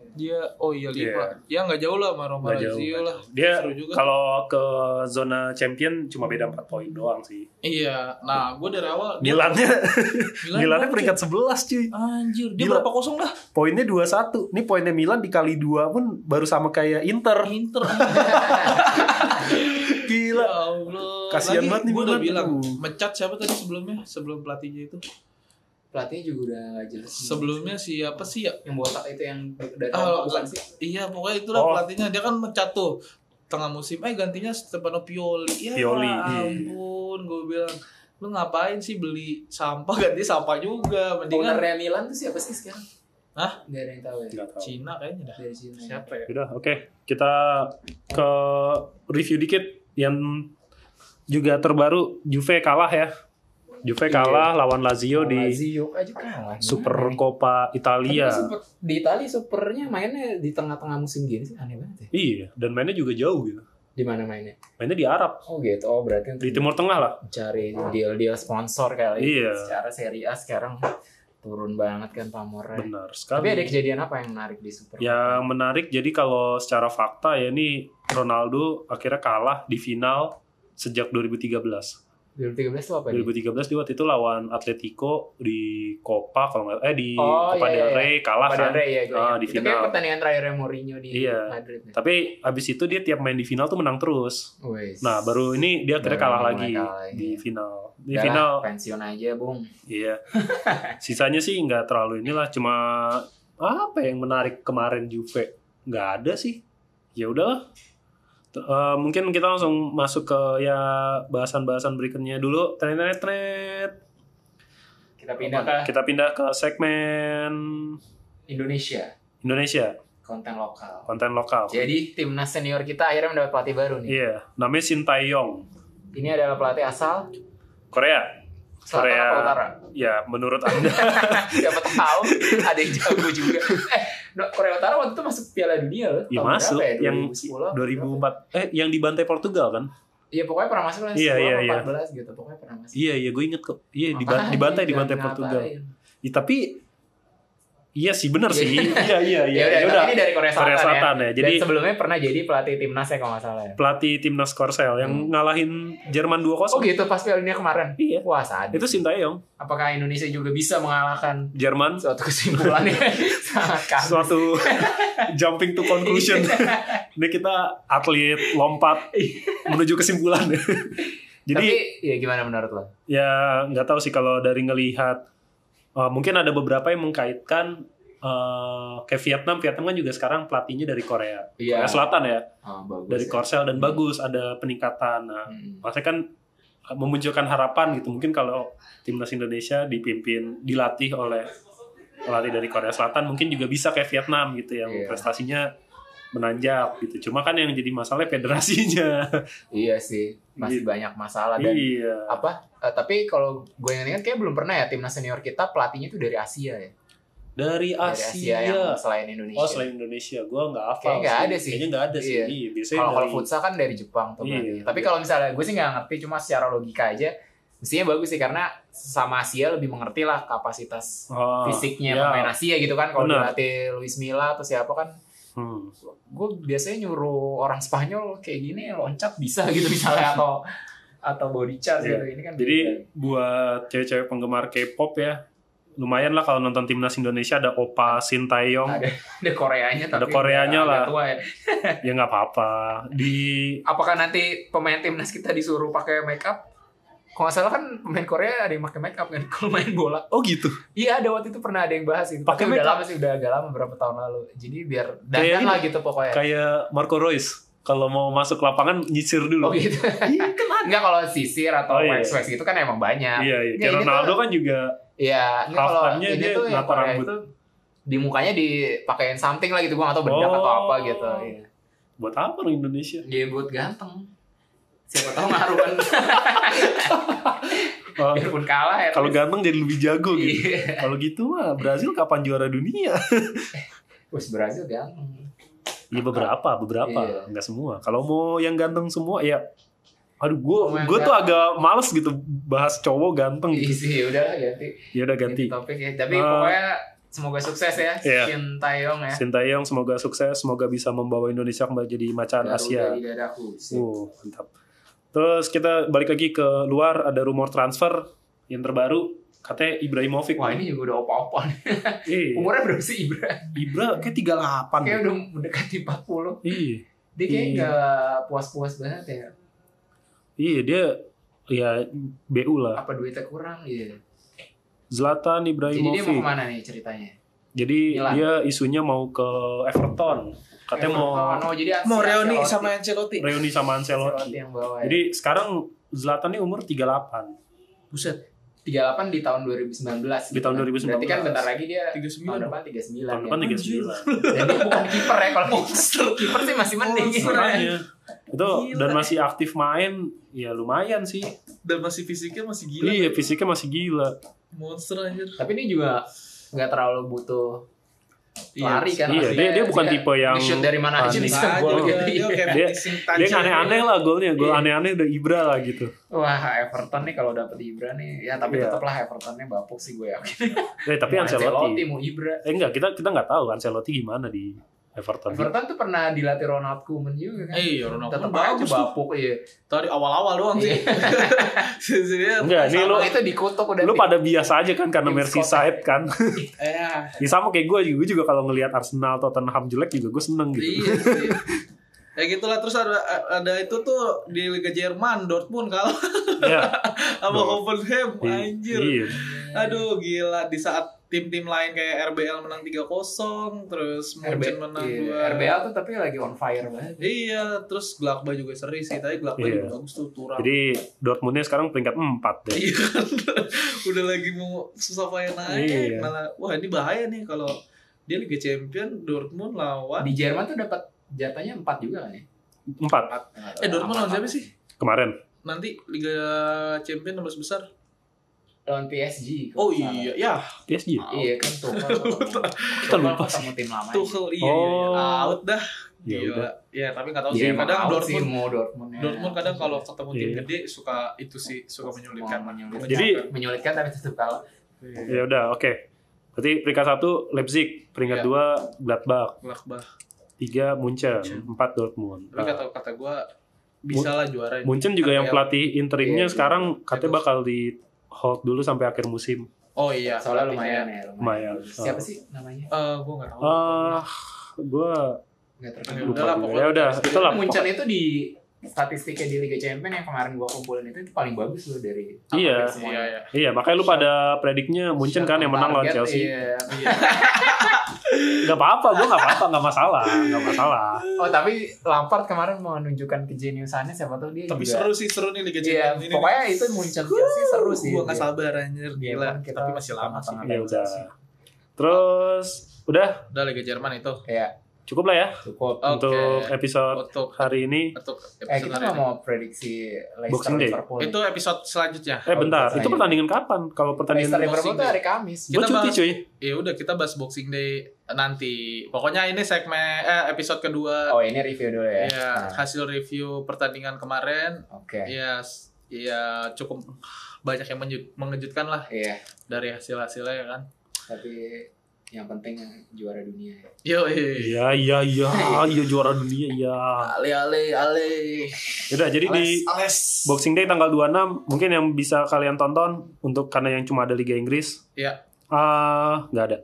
Speaker 2: 5.
Speaker 4: Dia, oh iya lima. Ya nggak jauh lah sama Roma
Speaker 2: Nggak jauh,
Speaker 4: Lazio
Speaker 2: nggak
Speaker 4: lah.
Speaker 2: Dia
Speaker 4: Seru juga.
Speaker 2: kalau ke zona champion cuma beda 4 poin doang sih.
Speaker 4: Iya, nah gue dari awal
Speaker 2: Milannya
Speaker 4: Milan
Speaker 2: Milannya peringkat
Speaker 4: banget,
Speaker 2: 11 cuy.
Speaker 4: Anjir, dia
Speaker 2: Gila.
Speaker 4: berapa kosong dah?
Speaker 2: Poinnya 21. Nih poinnya Milan dikali 2 pun baru sama kayak Inter.
Speaker 4: Inter.
Speaker 2: Gila.
Speaker 4: Ya Allah.
Speaker 2: Kasihan
Speaker 4: Lagi
Speaker 2: banget nih
Speaker 4: gua udah
Speaker 2: Milan.
Speaker 4: bilang,
Speaker 2: Aduh.
Speaker 4: mecat siapa tadi sebelumnya? Sebelum pelatihnya itu.
Speaker 3: Pelatihnya juga udah nggak jelas.
Speaker 4: Sebelumnya siapa sih ya?
Speaker 3: yang botak itu yang dari
Speaker 4: Ah,
Speaker 3: bukan sih?
Speaker 4: Iya, pokoknya itulah
Speaker 2: Ya, Oh.
Speaker 4: pelatihnya. Dia kan mecat tuh tengah musim eh gantinya Stefano Pioli. Ya
Speaker 2: Pioli, iya.
Speaker 4: ampun, gue bilang lu ngapain sih beli sampah ganti sampah juga mendingan
Speaker 3: Ownernya Milan tuh siapa sih sekarang?
Speaker 4: Hah?
Speaker 3: Gak ada yang tahu ya.
Speaker 2: Nggak tahu.
Speaker 4: Cina kayaknya dah
Speaker 3: Dari Cina.
Speaker 4: siapa ya
Speaker 2: Udah, oke. Kita ke review dikit yang juga terbaru Juve kalah ya. Juve kalah lawan Lazio di
Speaker 3: Iya. Lazio aja kalah.
Speaker 2: Super Coppa
Speaker 3: Tapi
Speaker 2: Italia.
Speaker 3: super- di Italia supernya mainnya di tengah-tengah musim gini sih aneh banget ya.
Speaker 2: Iya, dan mainnya juga jauh gitu.
Speaker 3: Di mana mainnya?
Speaker 2: Mainnya di Arab,
Speaker 3: Oh gitu. Oh berarti
Speaker 2: di Timur Tengah lah.
Speaker 3: cari deal-deal sponsor kali.
Speaker 2: Iya.
Speaker 3: Secara Serie A sekarang turun banget kan pamornya.
Speaker 2: Benar
Speaker 3: Tapi
Speaker 2: sekali.
Speaker 3: ada kejadian apa yang menarik di Super?
Speaker 2: Yang menarik jadi kalau secara fakta ya ini Ronaldo akhirnya kalah di final sejak 2013.
Speaker 3: 2013 tuh apa ya? nih?
Speaker 2: 2013 dia waktu itu lawan Atletico di Copa kalau nggak eh di
Speaker 3: Oh,
Speaker 2: Copa
Speaker 3: iya,
Speaker 2: del
Speaker 3: iya.
Speaker 2: Rey kalah
Speaker 3: Pada
Speaker 2: kan.
Speaker 3: Rey ya, gue
Speaker 2: Ah,
Speaker 3: ingat.
Speaker 2: di
Speaker 3: Itu kayak
Speaker 2: final.
Speaker 3: pertandingan terakhir Mourinho di
Speaker 2: Iya.
Speaker 3: Madrid. ya?
Speaker 2: Tapi abis itu dia tiap main di final tuh menang terus.
Speaker 3: Wes.
Speaker 2: Nah baru ini dia akhirnya
Speaker 3: Baru
Speaker 2: kalah
Speaker 3: mulai
Speaker 2: lagi
Speaker 3: kalah,
Speaker 2: di
Speaker 3: iya.
Speaker 2: final. Di
Speaker 3: Udah lah,
Speaker 2: final,
Speaker 3: pensiun aja, Bung.
Speaker 2: iya. Sisanya sih nggak terlalu inilah. Cuma apa yang menarik kemarin Juve? Nggak ada sih. Ya udahlah. T- eh, mungkin kita langsung masuk ke ya bahasan-bahasan berikutnya dulu. Tret, tret, tret.
Speaker 3: Kita pindah ke
Speaker 2: Kita pindah ke segmen
Speaker 3: Indonesia,
Speaker 2: Indonesia,
Speaker 3: konten lokal.
Speaker 2: konten lokal.
Speaker 3: Jadi timnas senior kita akhirnya mendapat pelatih baru nih.
Speaker 2: Iya, namanya Shin Taeyong,
Speaker 3: Ini adalah pelatih asal
Speaker 2: Korea.
Speaker 3: selatan
Speaker 2: Korea.
Speaker 3: apa utara?
Speaker 2: Ya, menurut Anda
Speaker 3: Siapa tahu ada yang jago juga. Eh, no, Korea Utara waktu itu masuk Piala Dunia loh.
Speaker 2: ya
Speaker 3: Tahun
Speaker 2: masuk
Speaker 3: berapa ya?
Speaker 2: yang
Speaker 3: 2010.
Speaker 2: 2004 eh yang dibantai Portugal kan?
Speaker 3: Iya pokoknya pernah masuk lah.
Speaker 2: Iya,
Speaker 3: 10
Speaker 2: iya,
Speaker 3: apa
Speaker 2: iya.
Speaker 3: 14 gitu pokoknya pernah masuk.
Speaker 2: Iya, iya gue inget kok. Iya, diba-
Speaker 3: Makanya
Speaker 2: dibantai
Speaker 3: jangan
Speaker 2: dibantai
Speaker 3: ngatain.
Speaker 2: Portugal. Ya, tapi iya sih bener
Speaker 3: Iya.
Speaker 2: sih. Iya, iya, iya.
Speaker 3: Ya udah,
Speaker 2: Ya
Speaker 3: tapi
Speaker 2: udah.
Speaker 3: ini dari Korea Selatan,
Speaker 2: Korea Selatan ya.
Speaker 3: ya.
Speaker 2: Jadi
Speaker 3: Dan sebelumnya pernah jadi pelatih timnas ya kalau nggak salah ya.
Speaker 2: pelatih timnas Korsel yang ngalahin Jerman 2-0.
Speaker 3: Hmm. Oh gitu pas Piala Dunia kemarin.
Speaker 2: Iya.
Speaker 3: Wah sadis.
Speaker 2: Itu Shin Taeyong,
Speaker 3: Apakah Indonesia juga bisa mengalahkan
Speaker 2: Jerman
Speaker 3: suatu kesimpulan yang sangat kasar?
Speaker 2: suatu jumping to conclusion.
Speaker 3: Iya.
Speaker 2: Ini kita atlet lompat menuju kesimpulan. Jadi
Speaker 3: Tapi ya gimana menurut lo?
Speaker 2: ya nggak tahu sih kalau dari ngelihat eh, mungkin ada beberapa yang mengkaitkan eh, kayak Vietnam, Vietnam kan juga sekarang pelatihnya dari Korea, Korea Selatan ya,
Speaker 3: Ah, Iya. bagus
Speaker 2: dari
Speaker 3: ya.
Speaker 2: Korsel dan
Speaker 3: Hmm.
Speaker 2: bagus ada peningkatan. Nah,
Speaker 3: Hmm.
Speaker 2: maksudnya kan eh, memunculkan harapan gitu. Mungkin kalau timnas Indonesia dipimpin dilatih oleh pelatih dari Korea Selatan mungkin juga bisa kayak Vietnam gitu yang
Speaker 3: Iya.
Speaker 2: prestasinya menanjak gitu. Cuma kan yang jadi masalah federasinya.
Speaker 3: Iya sih, masih
Speaker 2: Gitu.
Speaker 3: banyak masalah dan
Speaker 2: iya.
Speaker 3: apa? eh, tapi kalau gue yang ingat kayak belum pernah ya timnas senior kita pelatihnya itu dari Asia ya.
Speaker 2: Dari
Speaker 3: Dari
Speaker 2: Asia,
Speaker 3: Asia yang selain Indonesia.
Speaker 2: Oh selain Indonesia, gue nggak hafal.
Speaker 3: Kayaknya nggak ada sih.
Speaker 2: Kayaknya nggak ada sih.
Speaker 3: Iya.
Speaker 2: Iya. Biasanya
Speaker 3: kalau kalau
Speaker 2: dari-
Speaker 3: futsal kan dari Jepang tuh
Speaker 2: Iya,
Speaker 3: berarti. Tapi
Speaker 2: iya.
Speaker 3: kalau misalnya gue sih nggak ngerti cuma secara logika aja mestinya bagus sih karena sama Asia lebih mengerti lah kapasitas
Speaker 2: Oh,
Speaker 3: fisiknya
Speaker 2: iya.
Speaker 3: pemain Asia gitu kan kalau
Speaker 2: Benar.
Speaker 3: dilatih Luis Milla atau siapa kan
Speaker 2: Hmm.
Speaker 3: gue biasanya nyuruh orang Spanyol kayak gini loncat bisa gitu misalnya atau atau body charge
Speaker 2: Iya.
Speaker 3: gitu ini kan
Speaker 2: Jadi
Speaker 3: beda.
Speaker 2: buat cewek-cewek penggemar K-pop ya, lumayan lah kalau nonton timnas Indonesia ada Opa Sintayong,
Speaker 3: ada ada Koreanya tapi
Speaker 2: Ada Koreanya
Speaker 3: udah agak
Speaker 2: lah.
Speaker 3: tua ya.
Speaker 2: ya nggak apa-apa. Di
Speaker 3: apakah nanti pemain timnas kita disuruh pakai make up Kalau nggak salah kan pemain Korea ada yang pakai make up kan kalau main bola.
Speaker 4: Oh gitu.
Speaker 3: Iya ada waktu itu pernah ada yang bahas itu.
Speaker 2: Pakai
Speaker 3: Pakai udah
Speaker 2: make up?
Speaker 3: lama sih udah agak lama berapa tahun lalu. Jadi biar
Speaker 2: Kayak
Speaker 3: dandan
Speaker 2: ini.
Speaker 3: lah gitu pokoknya.
Speaker 2: Kayak Marco Reus kalau mau masuk lapangan nyisir dulu.
Speaker 3: Oh gitu. Enggak kalau sisir
Speaker 2: Oh,
Speaker 3: atau
Speaker 2: iya.
Speaker 3: wax wax gitu kan emang banyak.
Speaker 2: Iya, iya.
Speaker 3: Kayak
Speaker 2: Kayak
Speaker 3: gitu.
Speaker 2: Ronaldo kan juga
Speaker 3: Iya. Ini kalau
Speaker 2: Half-time-nya
Speaker 3: ini
Speaker 2: dia
Speaker 3: tuh yang
Speaker 2: nata
Speaker 3: Korea
Speaker 2: rambut.
Speaker 3: itu di mukanya dipakein something lah gitu gua nggak tahu bedak
Speaker 2: Oh.
Speaker 3: atau apa gitu. Iya.
Speaker 2: buat apa orang Indonesia?
Speaker 3: Dia buat ganteng. Siapa tahu ngaruh kan.
Speaker 2: Oh,
Speaker 3: Biarpun kalah ya.
Speaker 2: kalau ganteng jadi lebih jago gitu.
Speaker 3: Iya.
Speaker 2: Kalau gitu mah Brazil kapan juara dunia?
Speaker 3: Wes Brazil ganteng.
Speaker 2: Ya beberapa, beberapa,
Speaker 3: Iya.
Speaker 2: nggak semua. Kalau mau yang ganteng semua ya aduh
Speaker 3: Mau
Speaker 2: gue
Speaker 3: yang
Speaker 2: gue tuh
Speaker 3: ganteng.
Speaker 2: agak males gitu bahas cowok ganteng
Speaker 3: Iya
Speaker 2: gitu.
Speaker 3: sih udah lah ganti.
Speaker 2: Ya udah ganti.
Speaker 3: Ganti topik ya. Tapi
Speaker 2: Eh,
Speaker 3: pokoknya semoga sukses ya.
Speaker 2: iya.
Speaker 3: Shin Taeyong ya.
Speaker 2: Sintayong semoga sukses, semoga bisa membawa Indonesia kembali jadi macan
Speaker 3: Garuda
Speaker 2: Asia.
Speaker 3: di dadaku. Sip.
Speaker 2: Oh, mantap. Terus kita balik lagi ke luar ada rumor transfer yang terbaru katanya Ibrahimovic.
Speaker 3: Wah ini juga udah opa-opa nih.
Speaker 2: Iya.
Speaker 3: Umurnya berapa sih Ibra?
Speaker 2: Ibra kayak 38.
Speaker 3: Kayaknya udah mendekati 40.
Speaker 2: gitu. Iya.
Speaker 3: Dia kayaknya
Speaker 2: Iya.
Speaker 3: nggak puas-puas banget ya.
Speaker 2: Iya, dia ya BU lah.
Speaker 3: Apa duitnya kurang
Speaker 2: Iya,
Speaker 3: gitu.
Speaker 2: Zlatan
Speaker 3: Jadi dia mau
Speaker 2: Ibrahimovic.
Speaker 3: kemana nih ceritanya?
Speaker 2: Jadi
Speaker 3: Milan.
Speaker 2: dia isunya mau ke Everton. Katanya
Speaker 3: Everton.
Speaker 2: mau
Speaker 3: Oh, jadi
Speaker 4: Mau
Speaker 3: Ancelotti-
Speaker 4: reuni sama Ancelotti.
Speaker 2: reuni sama
Speaker 3: Ancelotti
Speaker 2: Ancelotti.
Speaker 3: yang bawa ya. Jadi
Speaker 2: Jadi sekarang Zlatan ini umur 38.
Speaker 4: Buset.
Speaker 3: 38 di tahun 2019.
Speaker 2: Di tahun 2019.
Speaker 3: Berarti kan bentar lagi dia
Speaker 4: 39.
Speaker 3: tahun depan 39.
Speaker 2: Tahun depan
Speaker 3: ya.
Speaker 2: 39.
Speaker 3: Dan dia bukan kiper ya kalau monster. Kiper sih
Speaker 2: Oh,
Speaker 3: masih mending.
Speaker 4: Monster.
Speaker 2: Makanya. Iya. Itu
Speaker 4: Gila.
Speaker 2: dan masih aktif main, ya lumayan sih.
Speaker 4: Dan masih fisiknya masih gila.
Speaker 2: Iya, fisiknya masih gila.
Speaker 4: Monster anjir.
Speaker 3: Tapi ini juga nggak terlalu butuh lari kan.
Speaker 2: Iya,
Speaker 3: maksudnya
Speaker 2: dia- dia bukan tipe yang
Speaker 3: nge-shoot dari mana aja
Speaker 2: panik. Iya.
Speaker 3: bisa
Speaker 4: Aja,
Speaker 3: gol
Speaker 4: dia,
Speaker 3: gitu.
Speaker 4: dia kayak
Speaker 2: Dia-
Speaker 4: finishing
Speaker 2: Dia
Speaker 4: touch-nya.
Speaker 2: yang aneh-aneh lah golnya, gol
Speaker 3: Iya.
Speaker 2: aneh-aneh udah Ibra lah gitu.
Speaker 3: Wah, Everton nih kalau dapet Ibra nih, ya tapi
Speaker 2: Iya.
Speaker 3: tetaplah Evertonnya bapuk sih gue yakin.
Speaker 2: Eh, tapi
Speaker 3: Mau
Speaker 2: Ancelotti.
Speaker 3: mau Ibra.
Speaker 2: Eh enggak, kita kita nggak tahu Ancelotti gimana di Everton.
Speaker 3: Everton tuh pernah dilatih Ronald Koeman juga kan.
Speaker 4: Eh, Ronaldo
Speaker 3: Tetap aja
Speaker 4: kan bagus tuh.
Speaker 3: bapuk iya.
Speaker 4: Tadi awal-awal doang sih. Sini-sini. ya.
Speaker 2: Enggak, ini lu
Speaker 3: Sama itu dikutuk udah.
Speaker 2: lu
Speaker 3: tim-
Speaker 2: pada biasa aja kan karena
Speaker 3: tim
Speaker 2: Merseyside kan.
Speaker 4: Eh,
Speaker 2: Ya sama kayak gue juga, gue juga kalau ngelihat Arsenal Tottenham jelek juga gue seneng gitu.
Speaker 4: Iya sih. ya gitulah terus ada ada itu tuh di Liga Jerman Dortmund kalah
Speaker 2: ya,
Speaker 4: sama Hoffenheim
Speaker 2: i-
Speaker 4: anjir.
Speaker 2: Iya.
Speaker 4: Aduh gila di saat tim-tim lain kayak RBL menang 3-0 terus
Speaker 3: RB,
Speaker 4: Munchen menang
Speaker 3: iya,
Speaker 4: 2.
Speaker 3: RBL tuh tapi lagi on fire banget.
Speaker 4: Iya, terus Glakba juga seri sih, tapi Glakba
Speaker 2: Iya.
Speaker 4: juga bagus tuh turang.
Speaker 2: Jadi Dortmundnya sekarang peringkat 4 deh.
Speaker 4: Iya kan, udah lagi mau susah payah naik,
Speaker 2: Iya.
Speaker 4: malah wah ini bahaya nih kalau dia Liga Champion Dortmund lawan
Speaker 3: Di Jerman tuh dapat jatahnya 4 juga kan ya.
Speaker 2: 4
Speaker 4: eh Dortmund lawan siapa sih?
Speaker 2: kemarin.
Speaker 4: Nanti Liga Champion nomor besar.
Speaker 3: Lawan PSG. kalau
Speaker 4: Oh
Speaker 3: nggak salah.
Speaker 4: iya, ya
Speaker 2: PSG.
Speaker 3: Iya kan tuh.
Speaker 2: Kita lupa
Speaker 3: sama tim lama.
Speaker 4: Tuchel iya,
Speaker 2: Oh.
Speaker 4: iya. out dah.
Speaker 2: Ya
Speaker 4: Gila.
Speaker 2: udah.
Speaker 4: Ya, tapi nggak tahu
Speaker 3: Iya,
Speaker 4: sih. Kadang Dortmund,
Speaker 3: mau Dortmund.
Speaker 4: Dortmund kadang kalau ketemu tim
Speaker 2: Iya.
Speaker 4: gede suka itu sih suka menyulitkan.
Speaker 3: Wah, menyulitkan.
Speaker 2: Jadi
Speaker 3: menyulitkan tapi tetap kalah.
Speaker 2: ya udah oke. Berarti peringkat 1 Leipzig, peringkat
Speaker 4: Iya.
Speaker 2: 2 Gladbach,
Speaker 4: Glakbah.
Speaker 2: 3 Munchen,
Speaker 4: Munchen.
Speaker 2: 4 Dortmund. Nah,
Speaker 4: Tapi kata kata gue bisa lah juara. ini.
Speaker 2: Munchen juga yang
Speaker 4: Iya.
Speaker 2: pelatih interimnya
Speaker 3: Iya, iya.
Speaker 2: sekarang
Speaker 4: Bagus.
Speaker 2: katanya bakal di hold dulu sampai akhir musim.
Speaker 4: Oh iya.
Speaker 3: Soalnya
Speaker 4: berarti
Speaker 3: lumayan
Speaker 4: kayak-
Speaker 3: ya.
Speaker 2: Lumayan.
Speaker 3: Siapa sih namanya?
Speaker 4: Eh, gue
Speaker 3: Oh,
Speaker 4: nggak tahu.
Speaker 2: Ah, gua
Speaker 3: Nggak
Speaker 4: Ya
Speaker 3: terkenal.
Speaker 2: lupa.
Speaker 4: udah lah,
Speaker 2: juga.
Speaker 4: pokoknya
Speaker 2: ya udah,
Speaker 4: harus
Speaker 2: itulah.
Speaker 3: Munchen itu di statistiknya di Liga Champions yang kemarin gua kumpulin itu, itu paling bagus loh dari
Speaker 2: Iya.
Speaker 3: hampir semuanya.
Speaker 4: Iya, iya.
Speaker 2: Iya, makanya lu pada prediknya Munchen kan yang menang lawan
Speaker 3: Target,
Speaker 2: Chelsea.
Speaker 3: iya.
Speaker 2: Gak apa-apa, gua gak apa-apa, gak masalah, gak masalah.
Speaker 3: Oh tapi Lampard kemarin menunjukkan kejeniusannya siapa tahu dia
Speaker 4: Tapi
Speaker 3: juga.
Speaker 4: seru sih, seru nih Liga
Speaker 3: Iya,
Speaker 4: Champion ini.
Speaker 3: pokoknya itu Munchen Chelsea seru sih.
Speaker 4: Gue gak sabar anjir,
Speaker 3: Iya,
Speaker 4: gila.
Speaker 3: kan kita
Speaker 4: Tapi masih lama sih.
Speaker 3: sama-sama.
Speaker 2: Ya udah. Terus udah
Speaker 4: Udah Liga Jerman itu.
Speaker 3: Iya,
Speaker 2: cukup lah ya
Speaker 3: cukup.
Speaker 4: Oke.
Speaker 2: untuk episode
Speaker 4: Untuk
Speaker 2: hari ini.
Speaker 4: untuk
Speaker 3: Eh
Speaker 4: episode
Speaker 3: kita
Speaker 4: hari
Speaker 3: nggak
Speaker 4: ini.
Speaker 3: mau prediksi Leicester
Speaker 2: Boxing Day.
Speaker 3: Liverpool.
Speaker 4: Itu episode selanjutnya.
Speaker 2: Eh bentar,
Speaker 3: Iya.
Speaker 2: itu pertandingan kapan? Kalau
Speaker 3: Leicester
Speaker 2: pertandingan
Speaker 3: Liverpool
Speaker 4: Boxing
Speaker 3: tuh
Speaker 4: Day.
Speaker 3: hari Kamis.
Speaker 2: Gue
Speaker 4: Kita
Speaker 2: cuti
Speaker 4: bahas-
Speaker 2: cuy.
Speaker 4: Ya udah kita bahas Boxing Day nanti. Pokoknya ini segmen eh, episode kedua.
Speaker 3: Oh ini review dulu ya.
Speaker 4: Ya,
Speaker 3: Nah,
Speaker 4: hasil review pertandingan kemarin.
Speaker 3: Oke.
Speaker 4: Ya, s- ya cukup banyak yang menju- mengejutkan lah
Speaker 3: Iya.
Speaker 4: dari hasil-hasilnya ya kan.
Speaker 3: Tapi yang penting juara dunia. ya.
Speaker 4: Yo, iya.
Speaker 2: Iya iya iya, iya juara dunia iya.
Speaker 4: Ale ale ale.
Speaker 2: Udah jadi di
Speaker 4: Ales.
Speaker 2: Boxing Day tanggal 26 mungkin yang bisa kalian tonton untuk karena yang cuma ada Liga Inggris.
Speaker 4: Iya.
Speaker 2: Ah, nggak ada.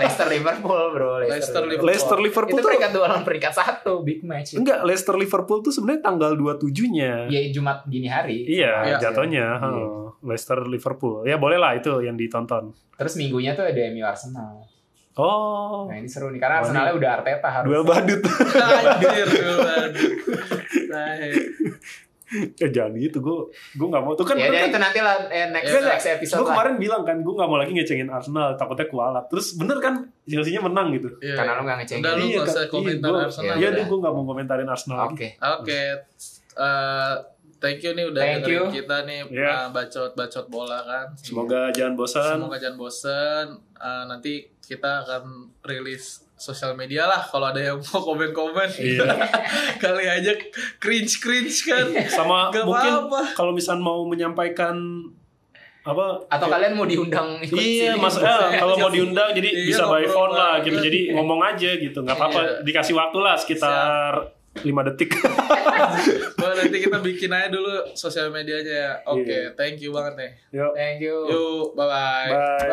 Speaker 3: Leicester Liverpool bro.
Speaker 4: Leicester, Liverpool.
Speaker 2: Leicester Liverpool
Speaker 3: Itu
Speaker 2: tuh
Speaker 3: peringkat dua lawan peringkat satu big match.
Speaker 2: enggak Leicester Liverpool tuh sebenarnya tanggal 27-nya.
Speaker 3: Ya Jumat dini hari.
Speaker 2: Iya,
Speaker 4: Iya.
Speaker 2: jatuhnya heeh. Leicester Liverpool. Ya boleh lah itu yang ditonton.
Speaker 3: Terus minggunya tuh ada MU Arsenal.
Speaker 2: Oh,
Speaker 3: Nah ini seru nih karena Arsenalnya udah Arteta harus.
Speaker 2: duel badut.
Speaker 4: Anjir, duel badut. Tai.
Speaker 2: eh, jangan gitu gue gue nggak mau tuh kan
Speaker 3: Ya
Speaker 2: kan-
Speaker 3: udah itu nanti lah eh, next,
Speaker 2: Enggak,
Speaker 3: next
Speaker 2: Gue
Speaker 3: episode lah.
Speaker 2: kemarin bilang kan, gue gak mau lagi ngecengin Arsenal, takutnya kualat. Terus bener kan, Chelsea-nya menang gitu.
Speaker 4: Iya.
Speaker 3: Karena lu gak ngecengin.
Speaker 4: Udah lu
Speaker 2: Iya,
Speaker 4: gak usah
Speaker 2: Kak.
Speaker 4: komentar
Speaker 2: Iya, gua-
Speaker 4: Arsenal.
Speaker 2: Iya
Speaker 3: Ya
Speaker 2: deh,
Speaker 3: udah.
Speaker 2: gue gak mau komentarin Arsenal lagi.
Speaker 3: Oke.
Speaker 4: Oke. eh, thank you nih udah
Speaker 3: Thank
Speaker 4: dengerin
Speaker 3: you.
Speaker 4: kita nih
Speaker 2: Iya.
Speaker 4: eh, bacot-bacot bola kan.
Speaker 2: Semoga jangan bosan.
Speaker 4: Semoga jangan bosen. Eh, nanti kita akan rilis sosial media lah kalau ada yang mau komen-komen.
Speaker 2: Iya.
Speaker 4: Kali aja cringe-cringe kan.
Speaker 2: Sama
Speaker 4: Gak
Speaker 2: mungkin
Speaker 4: apa-apa.
Speaker 2: kalau misal mau menyampaikan apa
Speaker 3: Atau kalian mau diundang ikut
Speaker 2: Iya,
Speaker 3: sini?
Speaker 2: mas eh, kalau mau diundang jadi
Speaker 4: Iya,
Speaker 2: bisa by
Speaker 4: ngobrol
Speaker 2: phone lah
Speaker 4: bareng.
Speaker 2: gitu. Jadi ngomong aja gitu, nggak apa-apa.
Speaker 4: Iya.
Speaker 2: Dikasih waktu lah sekitar 5 detik.
Speaker 4: Wah, nanti kita bikin aja dulu sosial medianya ya. Oke,
Speaker 2: Iya.
Speaker 4: thank you banget nih.
Speaker 2: Yuk,
Speaker 3: Thank you.
Speaker 4: Yuk, bye-bye.
Speaker 2: bye.